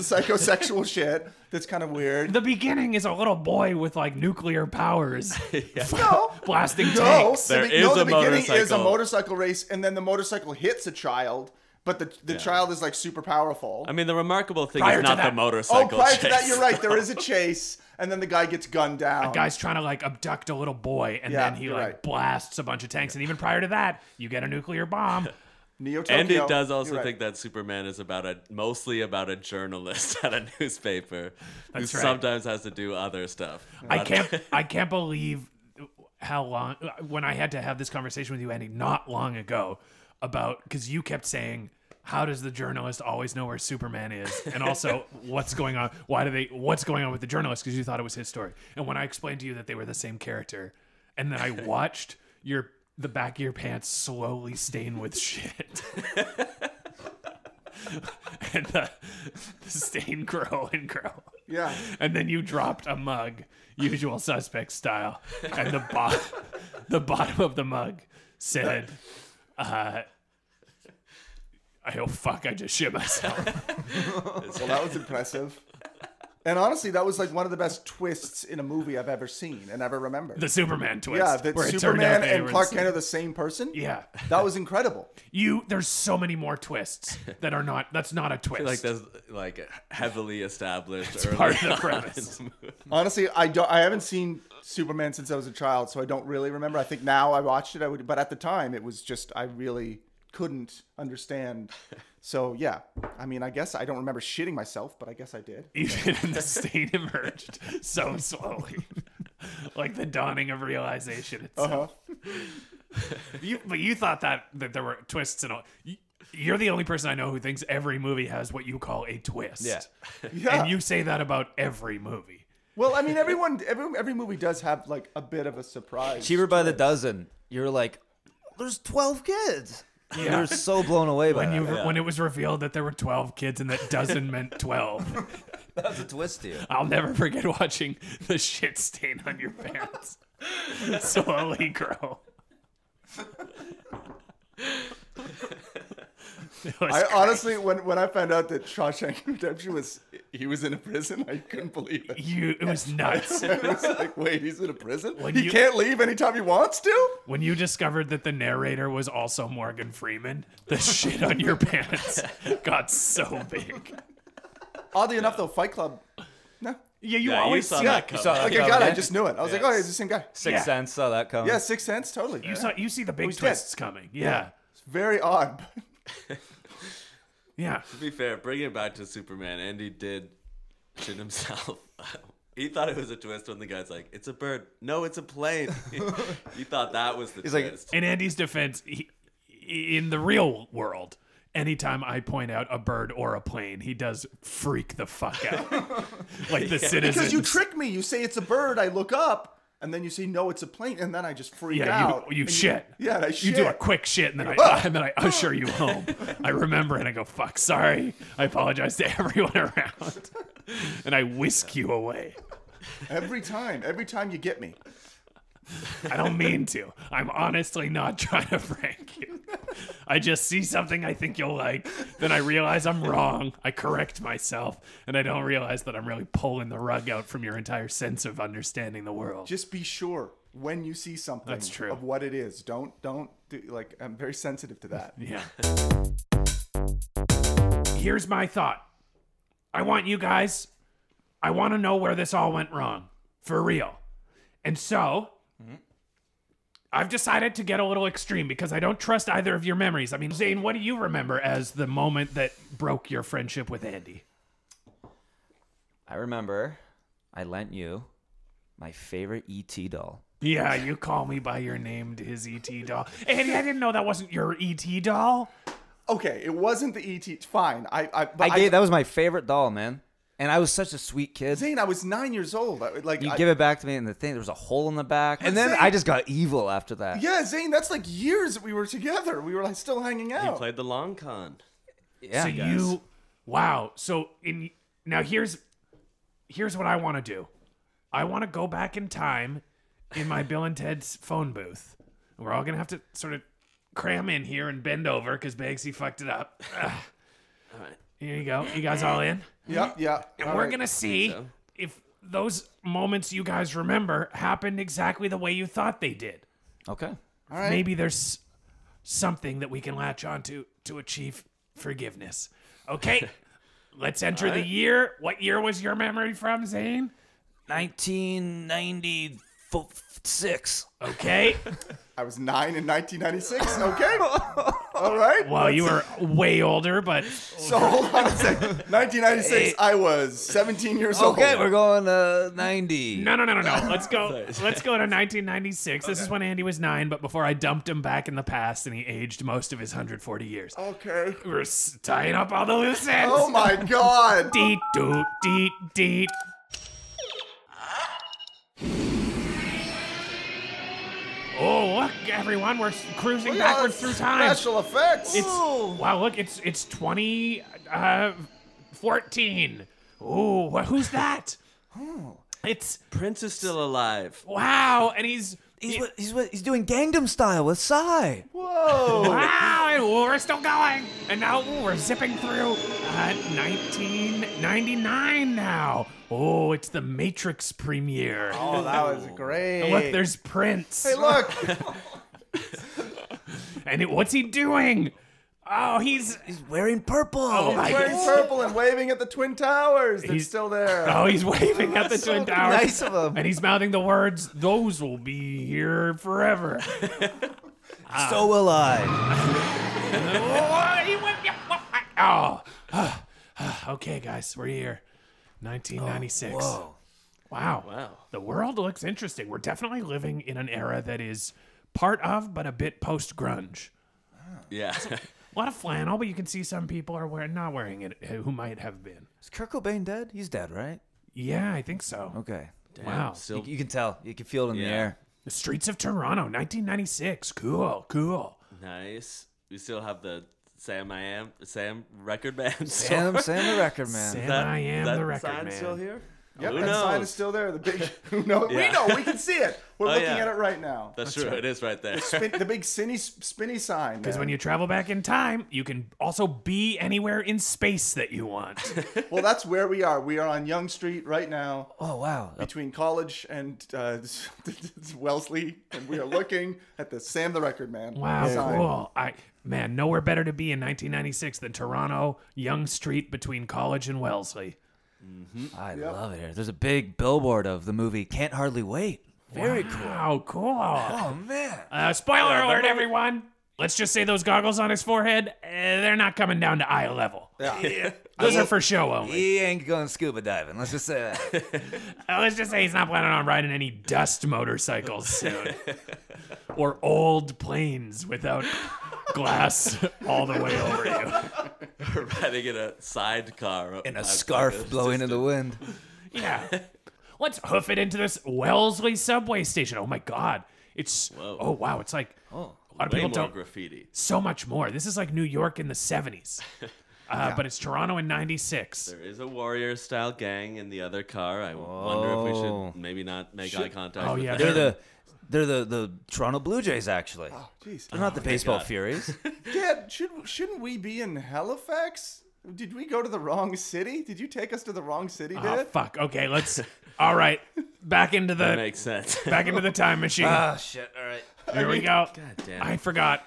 [SPEAKER 3] psychosexual shit. That's kind of weird.
[SPEAKER 1] the beginning is a little boy with like nuclear powers,
[SPEAKER 3] no,
[SPEAKER 1] blasting
[SPEAKER 3] no,
[SPEAKER 1] tanks.
[SPEAKER 2] There
[SPEAKER 3] the, be-
[SPEAKER 2] is
[SPEAKER 3] no,
[SPEAKER 2] a
[SPEAKER 3] the beginning is a
[SPEAKER 2] motorcycle.
[SPEAKER 3] motorcycle race, and then the motorcycle hits a child, but the the child is like super powerful.
[SPEAKER 2] I mean, the remarkable thing
[SPEAKER 1] Prior
[SPEAKER 2] is
[SPEAKER 1] to
[SPEAKER 2] not the
[SPEAKER 1] that-
[SPEAKER 2] motorcycle.
[SPEAKER 3] oh, prior to that,
[SPEAKER 2] chase.
[SPEAKER 3] you're right. There is a chase, and then the guy gets gunned down.
[SPEAKER 1] Guy's trying to like abduct a little boy, and
[SPEAKER 3] Yeah,
[SPEAKER 1] then he
[SPEAKER 3] you're
[SPEAKER 1] like
[SPEAKER 3] right.
[SPEAKER 1] blasts a bunch of tanks. And even prior to that, you get a nuclear bomb.
[SPEAKER 3] Neo Tokyo.
[SPEAKER 2] And it does also
[SPEAKER 3] You're right.
[SPEAKER 2] think that Superman is about a mostly about a journalist at a newspaper who
[SPEAKER 1] That's right.
[SPEAKER 2] sometimes has to do other stuff. Uh,
[SPEAKER 1] I
[SPEAKER 2] But-
[SPEAKER 1] can't. I can't believe how long when I had to have this conversation with you, Andy, not long ago, about because you kept saying, "How does the journalist always know where Superman is?" And also, what's going on? Why do they? What's going on with the journalist? Because you thought it was his story. And when I explained to you that they were the same character, and then I watched your the back of your pants slowly stain with shit. and the, the stain grow and grow.
[SPEAKER 3] Yeah.
[SPEAKER 1] And then you dropped a mug, usual suspect style, and the bo- the bottom of the mug said, uh, "I oh fuck, I just shit myself."
[SPEAKER 3] Well, that was impressive. And honestly, that was like one of the best twists in a movie I've ever seen and ever remembered.
[SPEAKER 1] The Superman twist,
[SPEAKER 3] yeah, that
[SPEAKER 1] where it turned out
[SPEAKER 3] Superman
[SPEAKER 1] they
[SPEAKER 3] and
[SPEAKER 1] were
[SPEAKER 3] Clark
[SPEAKER 1] the-
[SPEAKER 3] Kent are the same person.
[SPEAKER 1] Yeah,
[SPEAKER 3] That was incredible.
[SPEAKER 1] you. There's so many more twists that are not. That's not a twist.
[SPEAKER 2] like that's like heavily established. early
[SPEAKER 1] part of the
[SPEAKER 2] on in
[SPEAKER 1] premise.
[SPEAKER 2] the movie.
[SPEAKER 3] Honestly, I don't. I haven't seen Superman since I was a child, so I don't really remember. I think now I watched it, I would, but at the time it was just I really couldn't understand. So yeah, I mean, I guess I don't remember shitting myself, but I guess I did.
[SPEAKER 1] even in the stain emerged so slowly, like the dawning of realization itself.
[SPEAKER 3] Uh-huh.
[SPEAKER 1] You, but you thought that that there were twists and all. you- You're the only person I know who thinks every movie has what you call a twist.
[SPEAKER 4] Yeah.
[SPEAKER 3] Yeah.
[SPEAKER 1] And you say that about every movie.
[SPEAKER 3] Well, I mean, everyone, every every movie does have like a bit of a surprise.
[SPEAKER 4] cheaper by the dozen. You're like, there's twelve kids.
[SPEAKER 1] Yeah.
[SPEAKER 4] You're so blown away by
[SPEAKER 1] When you
[SPEAKER 4] that.
[SPEAKER 1] when it was revealed that there were 12 kids and that dozen meant 12.
[SPEAKER 4] That's a twist to you.
[SPEAKER 1] I'll never forget watching the shit stain on your pants slowly grow. It was
[SPEAKER 3] I
[SPEAKER 1] great.
[SPEAKER 3] honestly, when when I found out that Shawshank Redemption was he was in a prison, I couldn't believe it.
[SPEAKER 1] you it was nuts.
[SPEAKER 3] I was like, wait, he's in a prison.
[SPEAKER 1] When
[SPEAKER 3] he
[SPEAKER 1] you-
[SPEAKER 3] can't leave anytime he wants to.
[SPEAKER 1] When you discovered that the narrator was also Morgan Freeman, the shit on your pants got so big.
[SPEAKER 3] Oddly enough, though, Fight Club. No,
[SPEAKER 1] Yeah, you
[SPEAKER 2] Yeah, you
[SPEAKER 1] always
[SPEAKER 2] saw
[SPEAKER 1] see
[SPEAKER 2] that
[SPEAKER 1] You
[SPEAKER 2] coming.
[SPEAKER 1] saw,
[SPEAKER 2] Yeah,
[SPEAKER 3] okay,
[SPEAKER 4] yeah,
[SPEAKER 3] God, I
[SPEAKER 4] yeah.
[SPEAKER 3] just knew it. I was like,
[SPEAKER 2] Yeah.
[SPEAKER 3] oh, it's the same guy.
[SPEAKER 4] Sixth
[SPEAKER 1] Yeah.
[SPEAKER 4] Sense saw that coming.
[SPEAKER 3] Yeah, Sixth Sense, totally.
[SPEAKER 1] you see the big
[SPEAKER 3] he's dead.
[SPEAKER 1] twists coming. Yeah.
[SPEAKER 3] It's very odd.
[SPEAKER 1] Yeah.
[SPEAKER 2] To be fair, bringing it back to Superman, Andy did shit himself. he thought it was a twist when the guy's like, "It's a bird." No, it's a plane. he thought that was the
[SPEAKER 4] He's like,
[SPEAKER 2] twist.
[SPEAKER 1] In Andy's defense, he, in the real world, anytime I point out a bird or a plane, he does freak the fuck out. like the citizens.
[SPEAKER 3] Because you trick me. You say it's a bird. I look up, and then you say no, it's a plane, and then I just freak
[SPEAKER 1] yeah,
[SPEAKER 3] out.
[SPEAKER 1] you, you
[SPEAKER 3] And
[SPEAKER 1] shit.
[SPEAKER 3] yeah, and I
[SPEAKER 1] You
[SPEAKER 3] shit.
[SPEAKER 1] do a quick shit, and then I and then I usher you home. I remember, and I go, "Fuck, sorry. I apologize to everyone around," and I whisk you away.
[SPEAKER 3] every time. Every time you get me.
[SPEAKER 1] I don't mean to. I'm honestly not trying to prank you. I just see something I think you'll like, then I realize I'm wrong. I correct myself, and I don't realize that I'm really pulling the rug out from your entire sense of understanding the world.
[SPEAKER 3] Just be sure when you see something
[SPEAKER 1] That's true.
[SPEAKER 3] of what it is. Don't don't do, like. I'm very sensitive to that.
[SPEAKER 1] Yeah. Here's my thought. I want you guys, I want to know where this all went wrong for real. And so I've decided to get a little extreme because I don't trust either of your memories. I mean, Zane, what do you remember as the moment that broke your friendship with Andy?
[SPEAKER 4] I remember I lent you my favorite ET doll.
[SPEAKER 1] Yeah, you call me by your name, his ET doll. Andy, I didn't know that wasn't your E ET doll.
[SPEAKER 3] Okay, it wasn't the ET. Fine. I I,
[SPEAKER 4] I
[SPEAKER 3] but
[SPEAKER 4] gave that was my favorite doll, man. And I was such a sweet kid.
[SPEAKER 3] Zane, I was nine years old. I, like
[SPEAKER 4] You
[SPEAKER 3] I-
[SPEAKER 4] give it back to me, and the thing there was a hole in the back, and then
[SPEAKER 3] Zane-
[SPEAKER 4] I just got evil after that.
[SPEAKER 3] Yeah, Zane, that's like years that we were together. We were like still hanging
[SPEAKER 2] He
[SPEAKER 3] out.
[SPEAKER 2] played the long con.
[SPEAKER 4] Yeah.
[SPEAKER 1] so you wow so in now here's here's what i want to do i want to go back in time in my bill and ted's phone booth we're all gonna have to sort of cram in here and bend over because banksy fucked it up Ugh.
[SPEAKER 2] right.
[SPEAKER 1] here you go you guys all in
[SPEAKER 3] yeah, yeah.
[SPEAKER 1] and
[SPEAKER 3] all
[SPEAKER 1] we're
[SPEAKER 3] right.
[SPEAKER 1] gonna see
[SPEAKER 2] so.
[SPEAKER 1] if those moments you guys remember happened exactly the way you thought they did
[SPEAKER 4] okay.
[SPEAKER 3] All right.
[SPEAKER 1] maybe there's something that we can latch onto to achieve forgiveness. Okay, let's enter the year. What year was your memory from, Zane?
[SPEAKER 4] 1996.
[SPEAKER 1] Okay,
[SPEAKER 3] I was nine in 1996. Okay. All right.
[SPEAKER 1] well, you were way older, but
[SPEAKER 3] So hold on a second. 1996. I was 17 years old.
[SPEAKER 1] Oh.
[SPEAKER 4] Okay, we're going to 90.
[SPEAKER 1] no, no, no, no, no. Let's go. Let's go to 1996. This is when Andy was nine, but before I dumped him back in the past, and he aged most of his 140 years.
[SPEAKER 3] Okay.
[SPEAKER 1] We're s- tying up all the loose ends.
[SPEAKER 3] Oh my God.
[SPEAKER 1] Deet doot deet deet. Oh look, everyone, we're cruising
[SPEAKER 3] Look at all
[SPEAKER 1] backwards
[SPEAKER 3] that
[SPEAKER 1] through time.
[SPEAKER 3] Special effects.
[SPEAKER 1] It's wow, look, it's it's twenty uh, fourteen. Ooh, wh- who's that?
[SPEAKER 3] Hmm.
[SPEAKER 1] It's
[SPEAKER 2] Prince is still alive.
[SPEAKER 1] wow, and he's.
[SPEAKER 4] He's, what, he's, what, he's doing Gangnam Style with Psy.
[SPEAKER 3] Whoa.
[SPEAKER 1] Wow, and we're still going, and now ooh, we're zipping through uh, 1999 now. Oh, it's the Matrix premiere.
[SPEAKER 3] Oh, that was great.
[SPEAKER 1] And Look, there's Prince.
[SPEAKER 3] Hey, look.
[SPEAKER 1] And it, what's he doing? Oh, he's
[SPEAKER 4] He's wearing purple.
[SPEAKER 1] Oh my-
[SPEAKER 3] Wearing purple and waving at the Twin Towers. It's
[SPEAKER 1] He's-
[SPEAKER 3] still there.
[SPEAKER 1] oh he's waving at the twin towers.
[SPEAKER 4] nice of him.
[SPEAKER 1] And he's mouthing the words, "Those will be here forever." Ah.
[SPEAKER 4] so will I.
[SPEAKER 1] oh, he went- yeah, what- oh. okay, guys, we're here. 1996.
[SPEAKER 4] Oh,
[SPEAKER 1] Wow.
[SPEAKER 2] Wow.
[SPEAKER 1] The world looks interesting. We're definitely living in an era that is part of, but a bit post grunge.
[SPEAKER 2] Yeah.
[SPEAKER 1] A lot of flannel, but you can see some people are wearing, not wearing it, uh, who might have been.
[SPEAKER 4] Is Kurt Cobain dead? He's dead, right?
[SPEAKER 1] Yeah, I think so.
[SPEAKER 4] Okay.
[SPEAKER 1] Wow.
[SPEAKER 2] Still
[SPEAKER 4] You can tell. You can feel it in
[SPEAKER 2] Yeah.
[SPEAKER 4] the air.
[SPEAKER 1] The streets of Toronto, 1996. Cool, cool.
[SPEAKER 2] nice. We still have the Sam I am Sam record band. store.
[SPEAKER 4] Sam, Sam the record man.
[SPEAKER 1] Sam,
[SPEAKER 2] That-
[SPEAKER 1] I am
[SPEAKER 2] that
[SPEAKER 1] the record
[SPEAKER 2] sign
[SPEAKER 1] man.
[SPEAKER 2] still here.
[SPEAKER 3] Yep,
[SPEAKER 2] Who
[SPEAKER 3] that sign
[SPEAKER 2] knows?
[SPEAKER 3] is still there. The big, who knows?
[SPEAKER 2] Yeah.
[SPEAKER 3] We know. We can see it. We're
[SPEAKER 2] Oh,
[SPEAKER 3] looking
[SPEAKER 2] yeah.
[SPEAKER 3] at it right now.
[SPEAKER 2] That's, true. It is right there.
[SPEAKER 3] Spin, the big spinny, spinny sign.
[SPEAKER 1] Because when you travel back in time, you can also be anywhere in space that you want.
[SPEAKER 3] well, that's where we are. We are on Young Street right now,
[SPEAKER 4] Oh, wow.
[SPEAKER 3] between college and uh, Wellesley, and we are looking at the Sam the Record Man.
[SPEAKER 1] Wow,
[SPEAKER 3] sign.
[SPEAKER 1] cool. I man, nowhere better to be in 1996 than Toronto, Young Street between College and Wellesley.
[SPEAKER 4] I love it here. There's a big billboard of the movie Can't Hardly Wait. Very
[SPEAKER 1] Wow, cool.
[SPEAKER 4] cool. Oh, man.
[SPEAKER 1] Uh, spoiler alert,
[SPEAKER 2] movie-
[SPEAKER 1] everyone. Let's just say those goggles on his forehead, uh, they're not coming down to eye level.
[SPEAKER 3] Yeah.
[SPEAKER 1] Those are for show only.
[SPEAKER 4] He ain't going scuba diving. Let's just say that.
[SPEAKER 1] Uh, let's just say he's not planning on riding any dust motorcycles soon, or old planes without glass all the way over you.
[SPEAKER 2] We're riding in a sidecar. up-
[SPEAKER 4] and a
[SPEAKER 2] up-
[SPEAKER 4] scarf blowing in the wind.
[SPEAKER 1] Yeah. Let's hoof it into this Wellesley subway station. Oh my god. It's oh wow, it's like a lot of
[SPEAKER 2] Way
[SPEAKER 1] people
[SPEAKER 2] more
[SPEAKER 1] don't
[SPEAKER 2] graffiti.
[SPEAKER 1] so much more. This is like New York in the 70s. Uh, but it's Toronto in 96.
[SPEAKER 2] There is a warrior style gang in the other car. I wonder if we
[SPEAKER 4] Oh.
[SPEAKER 2] should maybe not make eye contact.
[SPEAKER 1] Oh,
[SPEAKER 2] with
[SPEAKER 1] yeah.
[SPEAKER 2] them.
[SPEAKER 4] They're the they're the, the Toronto Blue Jays actually.
[SPEAKER 3] Jeez.
[SPEAKER 4] They're not the baseball
[SPEAKER 2] God.
[SPEAKER 4] Furies.
[SPEAKER 3] Dad, should shouldn't we be in Halifax? Did we go to the wrong city? Did you take us to the wrong city,
[SPEAKER 1] Oh
[SPEAKER 3] Dad?
[SPEAKER 1] fuck. Okay, let's All right. Back into the
[SPEAKER 2] That makes sense.
[SPEAKER 1] back into the time machine.
[SPEAKER 4] oh shit! All right.
[SPEAKER 1] Here we go.
[SPEAKER 2] damn
[SPEAKER 1] I forgot.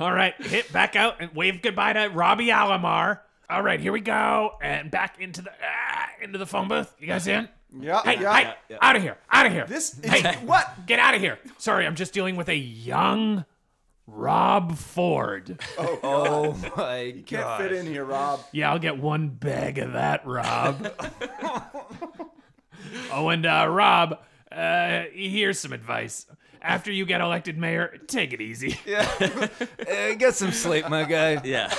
[SPEAKER 1] All right, hit back out and wave goodbye to Robbie Alomar. All right, here we go and back into the ah, into the phone booth. You guys in?
[SPEAKER 3] yeah,
[SPEAKER 1] Hey,
[SPEAKER 3] yeah.
[SPEAKER 1] hey,
[SPEAKER 2] yeah.
[SPEAKER 1] out of here, out of here.
[SPEAKER 3] This is
[SPEAKER 1] hey,
[SPEAKER 3] what?
[SPEAKER 1] get out of here. Sorry, I'm just dealing with a young Rob Ford.
[SPEAKER 4] Oh my god!
[SPEAKER 3] Can't fit in here, Rob.
[SPEAKER 1] Yeah, I'll get one bag of that, Rob. oh, and uh, Rob, uh, here's some advice. After you get elected mayor, take it easy.
[SPEAKER 4] Uh, get some sleep, my guy.
[SPEAKER 2] Yeah.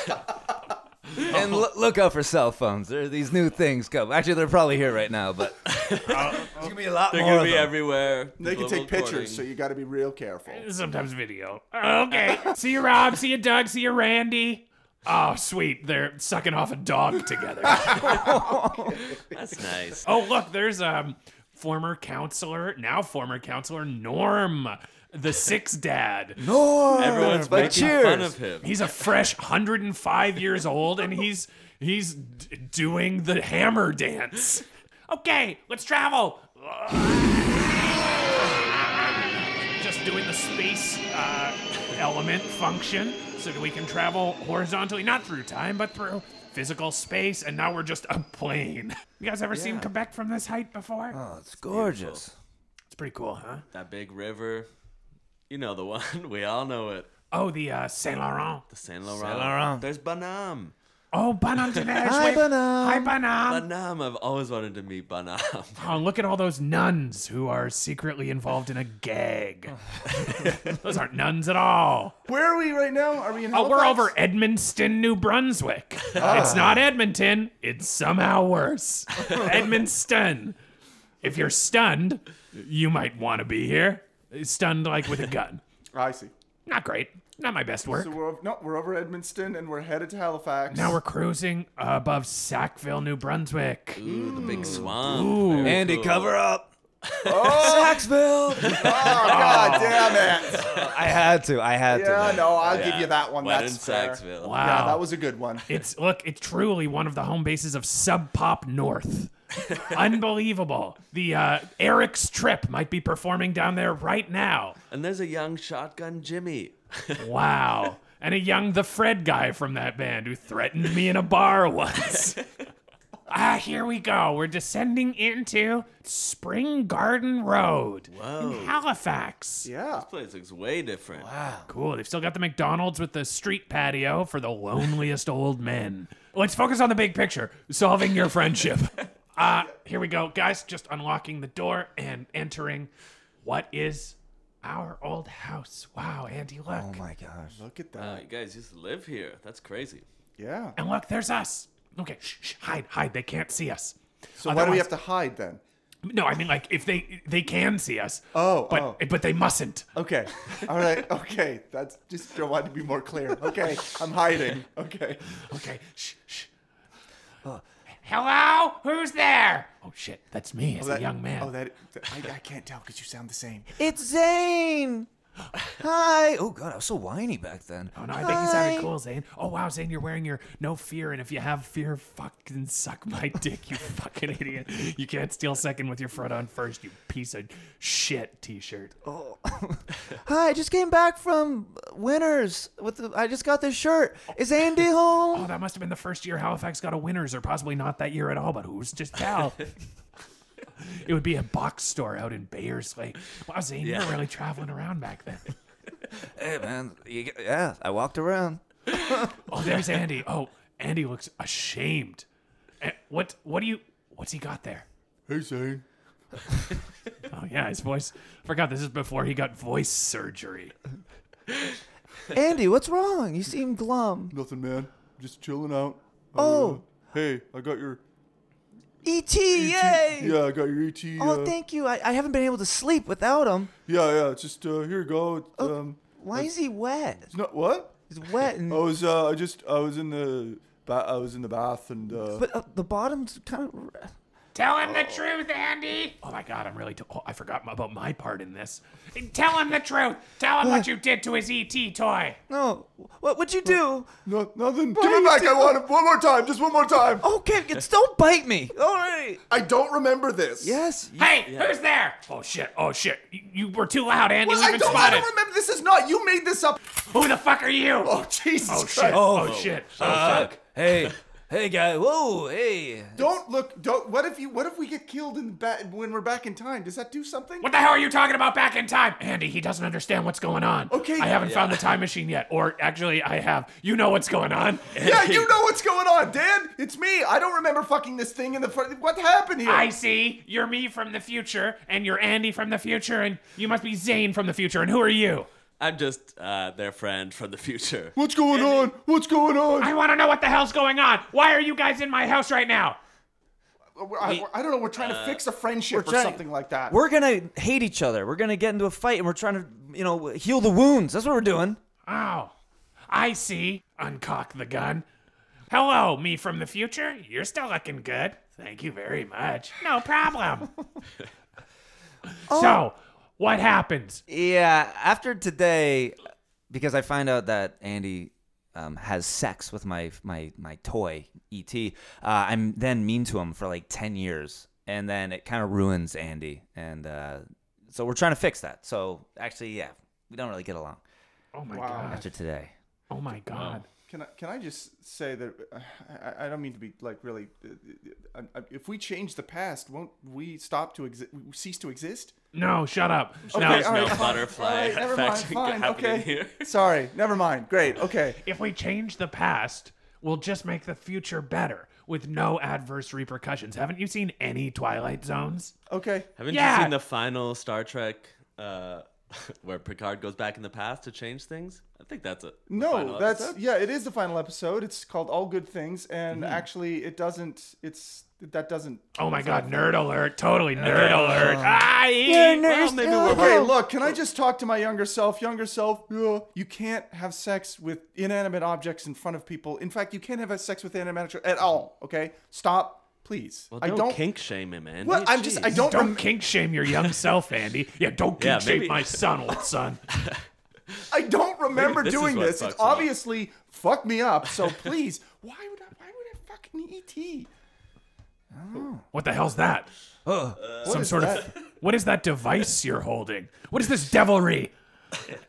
[SPEAKER 4] And l- look out for cell phones. There are these new things come. Actually, they're probably here right now, but there's gonna be a lot
[SPEAKER 2] They're going
[SPEAKER 4] more
[SPEAKER 2] to
[SPEAKER 4] of
[SPEAKER 2] be
[SPEAKER 4] them.
[SPEAKER 2] everywhere.
[SPEAKER 3] They can
[SPEAKER 2] Global
[SPEAKER 3] take pictures, so
[SPEAKER 2] recording.
[SPEAKER 3] you got to be real careful.
[SPEAKER 1] Sometimes video. Okay. see you, Rob. See you, Doug. See you, Randy. Oh, sweet. They're sucking off a dog together.
[SPEAKER 2] That's nice.
[SPEAKER 1] oh, look. There's um former counselor, now former counselor Norm, the six dad.
[SPEAKER 4] Norm,
[SPEAKER 2] Everyone's
[SPEAKER 4] but
[SPEAKER 2] making
[SPEAKER 4] cheers.
[SPEAKER 2] fun of him.
[SPEAKER 1] He's a fresh 105 years old, and he's he's d- doing the hammer dance. Okay, let's travel. Just doing the space uh, element function so that we can travel horizontally, not through time, but through physical space. And now we're just a plane. You guys ever seen Quebec from this height before?
[SPEAKER 4] Oh, it's gorgeous.
[SPEAKER 1] It's pretty cool, huh?
[SPEAKER 2] That big river. You know the one. We all know it.
[SPEAKER 1] Oh, the uh, Saint Laurent.
[SPEAKER 2] The Saint Laurent.
[SPEAKER 4] Laurent.
[SPEAKER 2] There's Banam.
[SPEAKER 1] Oh, Bonhomme de Neige.
[SPEAKER 4] Hi,
[SPEAKER 1] Wait.
[SPEAKER 4] Bonhomme.
[SPEAKER 1] Hi, Bonhomme.
[SPEAKER 2] Banam. I've always wanted to meet Banam.
[SPEAKER 1] Oh, look at all those nuns who are secretly involved in a gag. those aren't nuns at all.
[SPEAKER 3] Where are we right now? Are we in?
[SPEAKER 1] Oh, we're
[SPEAKER 3] Halifax?
[SPEAKER 1] over Edmonston, New Brunswick.
[SPEAKER 3] Ah.
[SPEAKER 1] It's not Edmonton. It's somehow worse. Edmonston. If you're stunned, you might want to be here. Stunned like with a gun.
[SPEAKER 3] I see.
[SPEAKER 1] Not great. Not my best work.
[SPEAKER 3] So we're over, no, we're over Edmonton, and we're headed to Halifax.
[SPEAKER 1] Now we're cruising above Sackville, New Brunswick.
[SPEAKER 2] Ooh, the big swamp. Very
[SPEAKER 4] Andy,
[SPEAKER 2] cool.
[SPEAKER 4] cover up.
[SPEAKER 3] Oh,
[SPEAKER 4] Saxville.
[SPEAKER 3] oh God damn it!
[SPEAKER 4] I had to. I had
[SPEAKER 3] Yeah,
[SPEAKER 4] to.
[SPEAKER 3] no, I'll
[SPEAKER 2] Yeah.
[SPEAKER 3] give you that one.
[SPEAKER 2] Wet
[SPEAKER 3] That's
[SPEAKER 2] in
[SPEAKER 3] fair.
[SPEAKER 2] Saxville.
[SPEAKER 1] Wow.
[SPEAKER 3] Yeah, that was a good one.
[SPEAKER 1] It's look, it's truly one of the home bases of Sub Pop North. Unbelievable. The uh, Eric's Trip might be performing down there right now.
[SPEAKER 2] And there's a young shotgun Jimmy.
[SPEAKER 1] Wow. And a young the Fred guy from that band who threatened me in a bar once. ah, here we go. We're descending into Spring Garden Road in Halifax.
[SPEAKER 3] Yeah.
[SPEAKER 2] This place looks way different.
[SPEAKER 1] Cool. They've still got the McDonald's with the street patio for the loneliest old men. Let's focus on the big picture solving your friendship. Uh, here we go, guys. Just unlocking the door and entering what is our old house. Wow, Andy, look.
[SPEAKER 4] Oh my gosh.
[SPEAKER 3] Look at
[SPEAKER 2] Wow,
[SPEAKER 3] that.
[SPEAKER 2] you guys used to live here. That's crazy.
[SPEAKER 3] Yeah.
[SPEAKER 1] and look, there's us. Okay, shh, shh, hide, hide. They can't see us.
[SPEAKER 3] So why do we
[SPEAKER 1] Otherwise-
[SPEAKER 3] have to hide then?
[SPEAKER 1] No, I mean like if they they can see us.
[SPEAKER 3] Oh,
[SPEAKER 1] but
[SPEAKER 3] oh.
[SPEAKER 1] but they mustn't.
[SPEAKER 3] Okay. All right. Okay. That's just I wanted to be more clear. Okay. I'm hiding. Okay.
[SPEAKER 1] Okay. Shh, shh.
[SPEAKER 3] Uh,
[SPEAKER 1] Hello? Who's there? Oh shit, that's me as
[SPEAKER 3] That-
[SPEAKER 1] a young man.
[SPEAKER 3] Oh, that, that- I, I can't tell because you sound the same.
[SPEAKER 4] It's Zane. Hi. Oh God, I was so whiny back then.
[SPEAKER 1] Oh no, I think you sounded cool, Zane. Oh wow, Zane, you're wearing your no fear, and if you have fear, fucking suck my dick, you fucking idiot. You can't steal second with your front on first, you piece of shit t-shirt.
[SPEAKER 3] Oh.
[SPEAKER 4] Hi, I just came back from Winners with the, I just got this shirt. Is Andy
[SPEAKER 1] Oh,
[SPEAKER 4] home?
[SPEAKER 1] that must have been the first year Halifax got a winners, or possibly not that year at all, but who's to tell? it would be a box store out in Bayerslake. Wow, Zane, you
[SPEAKER 2] Yeah.
[SPEAKER 1] were really traveling around back then.
[SPEAKER 4] Hey man, you get- yeah, I walked around.
[SPEAKER 1] Oh, there's Andy. Oh, Andy looks ashamed. Eh, What what do you what's he got there?
[SPEAKER 3] Hey, Zane.
[SPEAKER 1] Oh yeah, his voice. Forgot this is before he got voice surgery.
[SPEAKER 4] Andy, what's wrong? You seem glum.
[SPEAKER 3] Nothing, man. Just chilling out. Uh,
[SPEAKER 4] Oh.
[SPEAKER 3] Hey, I got your.
[SPEAKER 4] ET,
[SPEAKER 1] E
[SPEAKER 4] yay!
[SPEAKER 3] Yeah, I got your ET.
[SPEAKER 4] Oh,
[SPEAKER 3] uh,
[SPEAKER 4] thank you. I, I haven't been able to sleep without him.
[SPEAKER 3] yeah, yeah. Just uh, here you go. It's, Um,
[SPEAKER 4] Why is he wet?
[SPEAKER 3] it's not what?
[SPEAKER 4] He's wet and
[SPEAKER 3] I
[SPEAKER 1] Oh.
[SPEAKER 3] was. Uh, I just. I was in the. Ba- I was in the bath and. Uh,
[SPEAKER 4] but uh, the bottom's kind of.
[SPEAKER 1] Tell him the truth, Andy. Oh my God, I'm really. T- oh, I forgot m- about my part in this. Tell him the truth. Tell him what you did to his ET toy.
[SPEAKER 4] No, what would you do?
[SPEAKER 3] no, nothing.
[SPEAKER 4] are
[SPEAKER 3] Give it
[SPEAKER 4] you
[SPEAKER 3] back. I
[SPEAKER 4] doing?
[SPEAKER 3] want it one more time. Just one more time.
[SPEAKER 4] Okay, Oh, it's, don't bite me. All right.
[SPEAKER 3] I don't remember this.
[SPEAKER 4] Yes. you-
[SPEAKER 1] Hey, who's there? Oh shit! Oh shit! You, you were too loud, Andy.
[SPEAKER 3] Well,
[SPEAKER 1] We've
[SPEAKER 3] I
[SPEAKER 1] been
[SPEAKER 3] don't, I
[SPEAKER 1] spotted.
[SPEAKER 3] don't remember. This is not. You made this up.
[SPEAKER 1] Who the fuck are you?
[SPEAKER 3] Oh Jesus
[SPEAKER 1] Oh,
[SPEAKER 3] Christ.
[SPEAKER 1] shit! Oh, shit!
[SPEAKER 4] Uh, hey, hey guy, whoa, hey.
[SPEAKER 3] Don't look. Don't. What if you? What if we get killed in ba- when we're back in time? Does that do something?
[SPEAKER 1] What the hell are you talking about back in time? Andy, he doesn't understand what's going on.
[SPEAKER 3] Okay.
[SPEAKER 1] I haven't found the time machine yet. Or actually, I have. You know what's going on.
[SPEAKER 3] Yeah, you know what's going on, Dan. It's me. I don't remember fucking this thing in the front. What happened here?
[SPEAKER 1] I see. You're me from the future, and you're Andy from the future, and you must be Zane from the future. And who are you?
[SPEAKER 2] I'm just uh, their friend from the future.
[SPEAKER 3] What's going on? What's going on?
[SPEAKER 1] I want to know what the hell's going on. Why are you guys in my house right now?
[SPEAKER 3] I, I don't know. We're trying to fix a friendship or
[SPEAKER 4] trying-
[SPEAKER 3] something like that.
[SPEAKER 4] We're gonna hate each other. We're gonna get into a fight, and we're trying to, you know, heal the wounds. That's what we're doing.
[SPEAKER 1] Oh, I see. Uncock the gun. Hello, me from the future. You're still looking good. Thank you very much. No problem. So, what happens?
[SPEAKER 4] Yeah, after today, because I find out that Andy um, has sex with my my my toy ET. Uh, I'm then mean to him for like ten years, and then it kind of ruins Andy, and uh, so we're trying to fix that. So actually, yeah, we don't really get along
[SPEAKER 1] Oh my god.
[SPEAKER 4] after today.
[SPEAKER 1] Oh my god.
[SPEAKER 3] Can I can I just say that uh, I, I don't mean to be like really. Uh, uh, if we change the past, won't we stop to exi- cease to exist?
[SPEAKER 1] No, shut up. No.
[SPEAKER 2] There's
[SPEAKER 3] all
[SPEAKER 2] no
[SPEAKER 3] right, fine.
[SPEAKER 2] butterfly
[SPEAKER 3] All right, never mind,
[SPEAKER 2] effect
[SPEAKER 3] fine,
[SPEAKER 2] happening
[SPEAKER 3] okay.
[SPEAKER 2] here.
[SPEAKER 3] Sorry, never mind. Great, okay.
[SPEAKER 1] If we change the past, we'll just make the future better with no adverse repercussions. Haven't you seen any Twilight Zones?
[SPEAKER 5] Oh,
[SPEAKER 3] Okay.
[SPEAKER 2] Haven't
[SPEAKER 1] Yeah.
[SPEAKER 2] you seen the final Star Trek uh, where Picard goes back in the past to change things? I think that's a
[SPEAKER 3] No, that's yeah. It is the final episode. It's called All Good Things, and
[SPEAKER 2] Mm.
[SPEAKER 3] actually, it doesn't. It's that doesn't.
[SPEAKER 1] Oh my god, nerd alert. Totally nerd alert. Ah,
[SPEAKER 2] Well, maybe we're
[SPEAKER 3] Okay, look. Can I just talk to my younger self? Younger self, yeah, you can't have sex with inanimate objects in front of people. In fact, you can't have sex with inanimate at all. Okay, stop, please.
[SPEAKER 2] Well,
[SPEAKER 3] I
[SPEAKER 2] don't,
[SPEAKER 3] don't.
[SPEAKER 2] kink shame him, man.
[SPEAKER 3] What? I'm just. I don't.
[SPEAKER 1] Don't
[SPEAKER 3] rem-
[SPEAKER 1] kink shame your young self, Andy. Yeah, don't kink
[SPEAKER 2] Yeah,
[SPEAKER 1] shame
[SPEAKER 2] maybe-
[SPEAKER 1] my son, old son.
[SPEAKER 3] I don't remember
[SPEAKER 2] Maybe this
[SPEAKER 3] doing
[SPEAKER 2] is what
[SPEAKER 3] this. It's
[SPEAKER 2] fucks me up.
[SPEAKER 3] obviously fucked me up. So please, why would I? Why would I fucking E eat?
[SPEAKER 1] What the hell's that?
[SPEAKER 4] Ugh.
[SPEAKER 1] Some
[SPEAKER 3] is
[SPEAKER 1] sort of. What is that device you're holding? What is this devilry?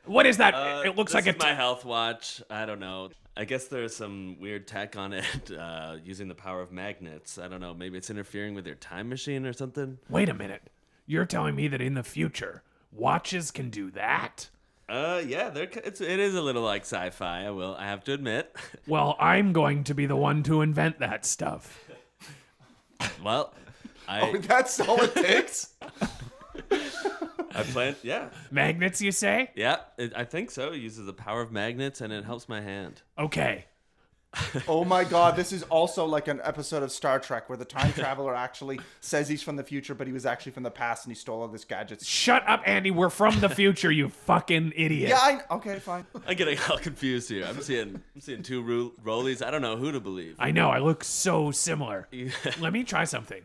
[SPEAKER 1] What is that? It- it looks
[SPEAKER 2] Uh, This
[SPEAKER 1] like a.
[SPEAKER 2] is my health watch. I don't know. I guess there's some weird tech on it uh, using the power of magnets. I don't know. Maybe it's interfering with your time machine or something.
[SPEAKER 1] Wait a minute. You're telling me that in the future, watches can do that?
[SPEAKER 2] Uh, yeah, there. It's it is a little like sci-fi. I will. I have to admit.
[SPEAKER 1] Well, I'm going to be the one to invent that stuff.
[SPEAKER 2] well, I
[SPEAKER 3] That's all it takes.
[SPEAKER 2] I plan. Yeah,
[SPEAKER 1] Magnets, you say?
[SPEAKER 2] yeah. It, I think so. It uses the power of magnets and it helps my hand.
[SPEAKER 1] Okay.
[SPEAKER 3] oh my god, this is also like an episode of Star Trek where the time traveler actually says he's from the future, but he was actually from the past and he stole all this gadgets.
[SPEAKER 1] Shut up, Andy. We're from the future, you fucking idiot.
[SPEAKER 3] Yeah, I okay, fine.
[SPEAKER 2] I'm getting all confused here. I'm seeing I'm seeing two ro- rollies. I don't know who to believe.
[SPEAKER 1] I know. I look so similar. Let me try something.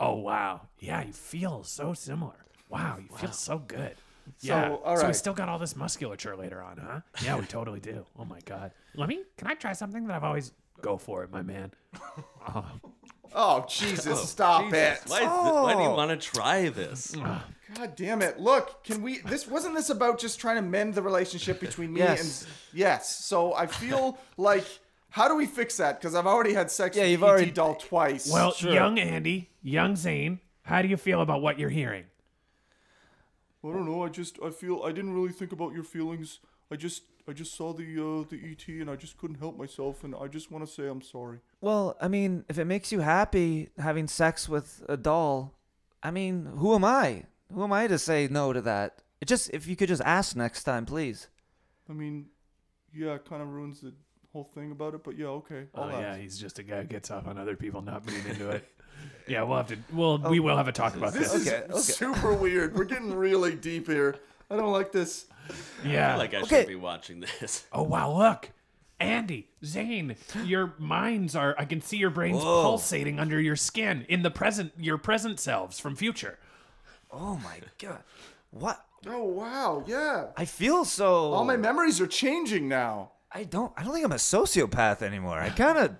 [SPEAKER 1] Oh, wow. Yeah, you feel so similar. Wow, you feel so good. Yeah.
[SPEAKER 3] all
[SPEAKER 1] So we
[SPEAKER 3] right.
[SPEAKER 1] still got all this musculature later on, huh? Yeah, we totally do. Oh my god. Let me. Can I try something that I've always go for it, my man?
[SPEAKER 3] Oh Jesus, stop
[SPEAKER 2] Jesus,
[SPEAKER 3] it. Oh.
[SPEAKER 2] Why, is thi- why do you want to try this?
[SPEAKER 3] God damn it. Look, can we this wasn't this about just trying to mend the relationship between me
[SPEAKER 4] Yes.
[SPEAKER 3] and Yes. So I feel like how do we fix that? Because I've already had sex
[SPEAKER 4] Yeah,
[SPEAKER 3] with
[SPEAKER 4] you've
[SPEAKER 3] E.T.
[SPEAKER 4] already-
[SPEAKER 3] doll twice.
[SPEAKER 1] Well, young Andy, young Zane, how do you feel about what you're hearing?
[SPEAKER 5] I don't know. I just I feel I didn't really think about your feelings. I just I just saw the uh, the
[SPEAKER 3] E
[SPEAKER 5] ET and I just couldn't help myself and I just want to say I'm sorry.
[SPEAKER 4] Well, I mean, if it makes you happy having sex with a doll, I mean, who am I? Who am I to say no to that? It just if you could just ask next time, please.
[SPEAKER 5] I mean, yeah, it kind of ruins the whole thing about it, but yeah, okay.
[SPEAKER 1] Oh
[SPEAKER 5] I'll ask.
[SPEAKER 1] yeah, he's just a guy who gets off on other people not being into it. Yeah, we'll have to. Well, we will have a talk about this.
[SPEAKER 3] this is
[SPEAKER 4] Okay, okay.
[SPEAKER 3] super weird. We're getting really deep here. I don't like this.
[SPEAKER 1] Yeah.
[SPEAKER 2] Like I
[SPEAKER 4] Okay.
[SPEAKER 2] should be watching this.
[SPEAKER 1] oh wow, look, Andy, Zane, your minds are. I can see your brains pulsating under your skin in the present, your present selves from future.
[SPEAKER 4] Oh my god. What?
[SPEAKER 3] Oh wow, yeah.
[SPEAKER 4] I feel so
[SPEAKER 3] All my memories are changing now.
[SPEAKER 4] I don't I don't think I'm a sociopath anymore. I kind of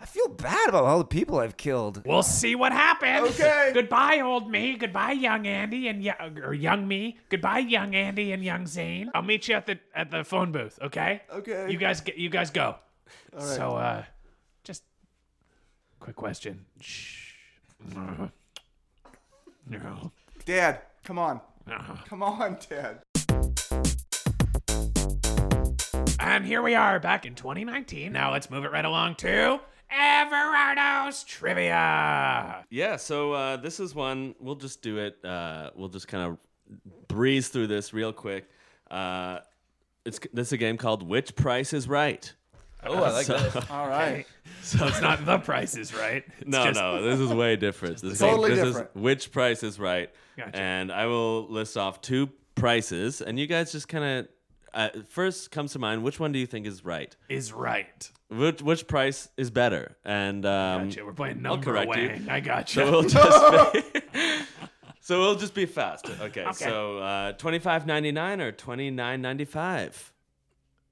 [SPEAKER 4] I feel bad about all the people I've killed.
[SPEAKER 1] We'll see what happens.
[SPEAKER 3] Okay.
[SPEAKER 1] Goodbye, old me. Goodbye, young Andy and young or young me. Goodbye, young Andy and young Zane. I'll meet you at the at the phone booth. Okay.
[SPEAKER 3] Okay.
[SPEAKER 1] You guys get. You guys go. So uh, just Quick question. Shh. No.
[SPEAKER 3] Dad, come on. Come on, Dad.
[SPEAKER 1] And here we are back in 2019. Now let's move it right along to Everardo's Trivia.
[SPEAKER 2] Yeah, so uh, this is one. We'll just do it. Uh, we'll just kind of breeze through this real quick. Uh, it's this is a game called Which Price is Right.
[SPEAKER 4] Oh, I like that.
[SPEAKER 3] All right.
[SPEAKER 1] So it's not the prices, right? It's
[SPEAKER 2] No,
[SPEAKER 1] just-
[SPEAKER 2] no, this is way different. This, is-
[SPEAKER 3] Totally
[SPEAKER 2] this
[SPEAKER 3] different.
[SPEAKER 2] is which price is right.
[SPEAKER 1] Gotcha.
[SPEAKER 2] And I will list off two prices, and you guys just kind of uh, first comes to mind which one do you think is right?
[SPEAKER 1] Is right.
[SPEAKER 2] Which which price is better? And um,
[SPEAKER 1] Gotcha. We're playing number
[SPEAKER 2] correct you.
[SPEAKER 1] away. I gotcha.
[SPEAKER 2] so we'll just be, so we'll just be fast. Okay, so uh, twenty five ninety nine or twenty nine ninety five.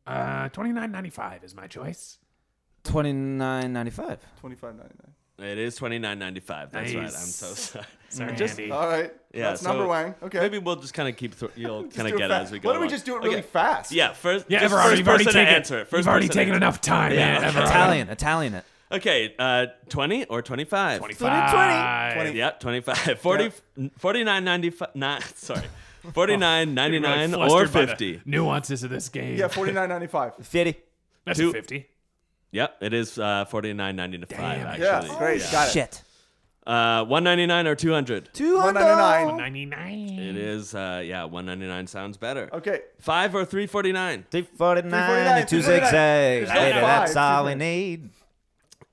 [SPEAKER 1] Uh, twenty nine ninety five is my choice.
[SPEAKER 4] Twenty nine ninety five.
[SPEAKER 5] Twenty five ninety nine.
[SPEAKER 2] It is twenty nine ninety five. That's right. I'm
[SPEAKER 1] Nice.
[SPEAKER 2] so sorry.
[SPEAKER 1] Sorry,
[SPEAKER 2] Just- uh,
[SPEAKER 1] Andy.
[SPEAKER 3] All right.
[SPEAKER 2] Yeah,
[SPEAKER 3] That's
[SPEAKER 2] so
[SPEAKER 3] number Wang. Okay.
[SPEAKER 2] Maybe we'll just kind of keep th- you'll kind of
[SPEAKER 3] do it
[SPEAKER 2] get it
[SPEAKER 3] fast.
[SPEAKER 2] as we go.
[SPEAKER 3] Why don't we
[SPEAKER 2] along.
[SPEAKER 3] just do it really
[SPEAKER 2] Okay.
[SPEAKER 3] fast?
[SPEAKER 2] Yeah, first.
[SPEAKER 1] yeah,
[SPEAKER 2] just
[SPEAKER 1] Everard,
[SPEAKER 2] first
[SPEAKER 1] you've already
[SPEAKER 2] person to
[SPEAKER 1] taken.
[SPEAKER 2] answer. First
[SPEAKER 1] you've already
[SPEAKER 2] person to
[SPEAKER 1] taken
[SPEAKER 2] answer.
[SPEAKER 1] enough time,
[SPEAKER 2] Yeah,
[SPEAKER 1] man.
[SPEAKER 2] okay.
[SPEAKER 1] Everard.
[SPEAKER 4] Italian, Italian it.
[SPEAKER 2] Okay, uh, 20 or 25?
[SPEAKER 1] 25.
[SPEAKER 2] Yep, 25. 40, 49.95. Nah,
[SPEAKER 3] Oh,
[SPEAKER 2] sorry. 49.99
[SPEAKER 1] Really
[SPEAKER 2] or
[SPEAKER 1] flustered by the
[SPEAKER 2] 50.
[SPEAKER 1] Nuances of this game.
[SPEAKER 3] Yeah, forty nine ninety five.
[SPEAKER 4] Fifty.
[SPEAKER 1] That's
[SPEAKER 2] Two-
[SPEAKER 1] a 50.
[SPEAKER 2] Yep, it is uh, 49.95 actually.
[SPEAKER 3] Yeah, great. Got it.
[SPEAKER 4] Shit.
[SPEAKER 2] Uh, 199 or 200?
[SPEAKER 4] Two
[SPEAKER 1] Oh,
[SPEAKER 3] One ninety nine.
[SPEAKER 4] hundred.
[SPEAKER 1] 99.
[SPEAKER 2] It is uh, yeah, 199 sounds better.
[SPEAKER 3] Okay.
[SPEAKER 2] 5 or 349.
[SPEAKER 4] Three forty nine
[SPEAKER 3] 349,
[SPEAKER 4] and two
[SPEAKER 3] 349.
[SPEAKER 4] zigzags.
[SPEAKER 3] There's no
[SPEAKER 4] Baby, that's
[SPEAKER 3] five.
[SPEAKER 4] all we need.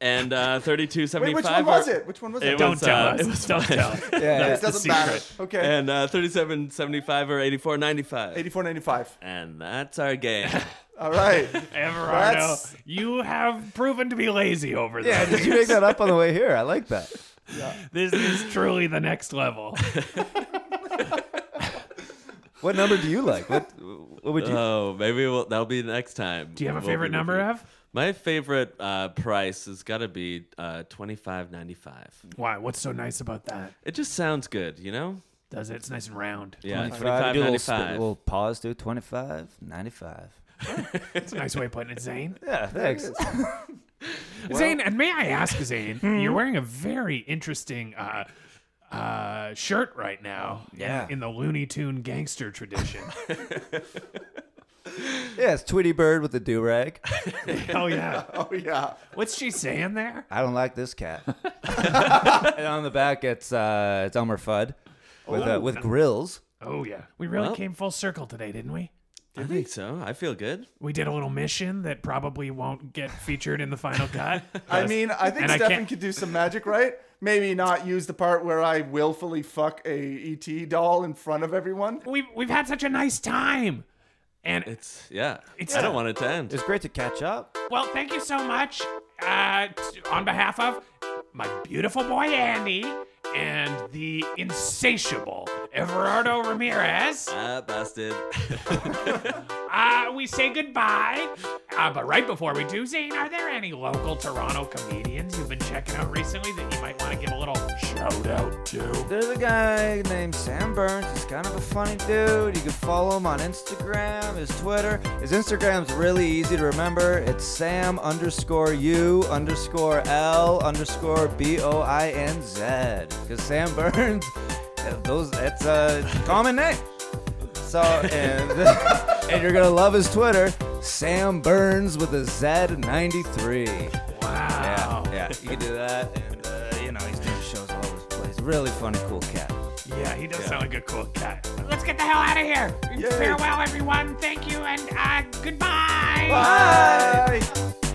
[SPEAKER 2] And uh, 32.75.
[SPEAKER 3] Wait, which one
[SPEAKER 2] or-
[SPEAKER 3] was it? Which one was it?
[SPEAKER 2] It
[SPEAKER 1] Don't
[SPEAKER 2] was,
[SPEAKER 1] tell
[SPEAKER 2] uh,
[SPEAKER 1] us.
[SPEAKER 2] it was
[SPEAKER 1] Don't
[SPEAKER 2] fine.
[SPEAKER 1] tell.
[SPEAKER 4] Yeah.
[SPEAKER 3] It doesn't matter. Okay.
[SPEAKER 2] And uh, 37.75 or 84.95.
[SPEAKER 3] Eighty four ninety five.
[SPEAKER 2] And that's our game.
[SPEAKER 3] All right.
[SPEAKER 1] Everardo,
[SPEAKER 3] That's-
[SPEAKER 1] you have proven to be lazy over
[SPEAKER 4] Yeah,
[SPEAKER 1] this.
[SPEAKER 4] did you make that up on the way here? I like that.
[SPEAKER 1] This is truly the next level.
[SPEAKER 4] What number do you like? What what would you?
[SPEAKER 2] oh, maybe we'll, that'll be next time.
[SPEAKER 1] Do you have a favorite number, Ev?
[SPEAKER 2] My favorite uh, price has got to be uh, twenty five ninety five.
[SPEAKER 1] Why? What's so nice about that?
[SPEAKER 2] It just sounds good, you know?
[SPEAKER 1] Does it? It's nice and round.
[SPEAKER 2] Yeah, twenty
[SPEAKER 4] Five,
[SPEAKER 2] five
[SPEAKER 4] do
[SPEAKER 2] ninety
[SPEAKER 4] a little, spit,
[SPEAKER 2] five.
[SPEAKER 4] little pause. Do twenty five ninety five.
[SPEAKER 1] It's a nice way of putting it, Zane.
[SPEAKER 4] Yeah, thanks.
[SPEAKER 1] Zane, and may I ask, Zane, you're wearing a very interesting uh, uh, shirt right now.
[SPEAKER 4] Yeah.
[SPEAKER 1] In the Looney Tune gangster tradition.
[SPEAKER 3] Oh,
[SPEAKER 4] Yeah, it's Tweety Bird with the do rag.
[SPEAKER 1] Hell yeah.
[SPEAKER 3] Oh yeah.
[SPEAKER 1] What's she saying there?
[SPEAKER 4] I don't like this cat. and on the back, it's uh, it's Elmer Fudd with uh, with grills.
[SPEAKER 1] Oh yeah. We really
[SPEAKER 2] Well-
[SPEAKER 1] came full circle today, didn't we?
[SPEAKER 2] I think so. I feel good.
[SPEAKER 1] We did a little mission that probably won't get featured in the final cut.
[SPEAKER 3] I mean, I think
[SPEAKER 1] And I
[SPEAKER 3] Stefan
[SPEAKER 1] can't-
[SPEAKER 3] could do some magic, right? Maybe not use the part where I willfully fuck a ET doll in front of everyone.
[SPEAKER 1] we've we've had such a nice time. And
[SPEAKER 2] It's yeah.
[SPEAKER 1] It's-
[SPEAKER 2] I don't want it to end.
[SPEAKER 4] It's great to catch up.
[SPEAKER 1] well, thank you so much uh, t- on behalf of my beautiful boy Andy and the insatiable Everardo Ramirez.
[SPEAKER 2] Ah, busted.
[SPEAKER 1] Uh, we say goodbye. Uh, but right before we do, Zane, are there any local Toronto comedians you've been checking out recently that you might want to give a little shout out to?
[SPEAKER 4] There's a guy named Sam Burns. He's kind of a funny dude. You can follow him on Instagram, his Twitter. His Instagram's really easy to remember. It's Sam underscore U underscore L underscore B O I N Z. Because Sam Burns, those that's a common name. So and and you're gonna love his Twitter, Sam Burns with a Z ninety three.
[SPEAKER 1] Wow.
[SPEAKER 4] Yeah, yeah, you can do that. And, uh, you know, he's doing shows all over the place. Really funny, cool cat.
[SPEAKER 1] Yeah, he does sound like a cool cat. Let's get the hell out of here. Farewell, everyone. Thank you and uh, goodbye.
[SPEAKER 3] Bye.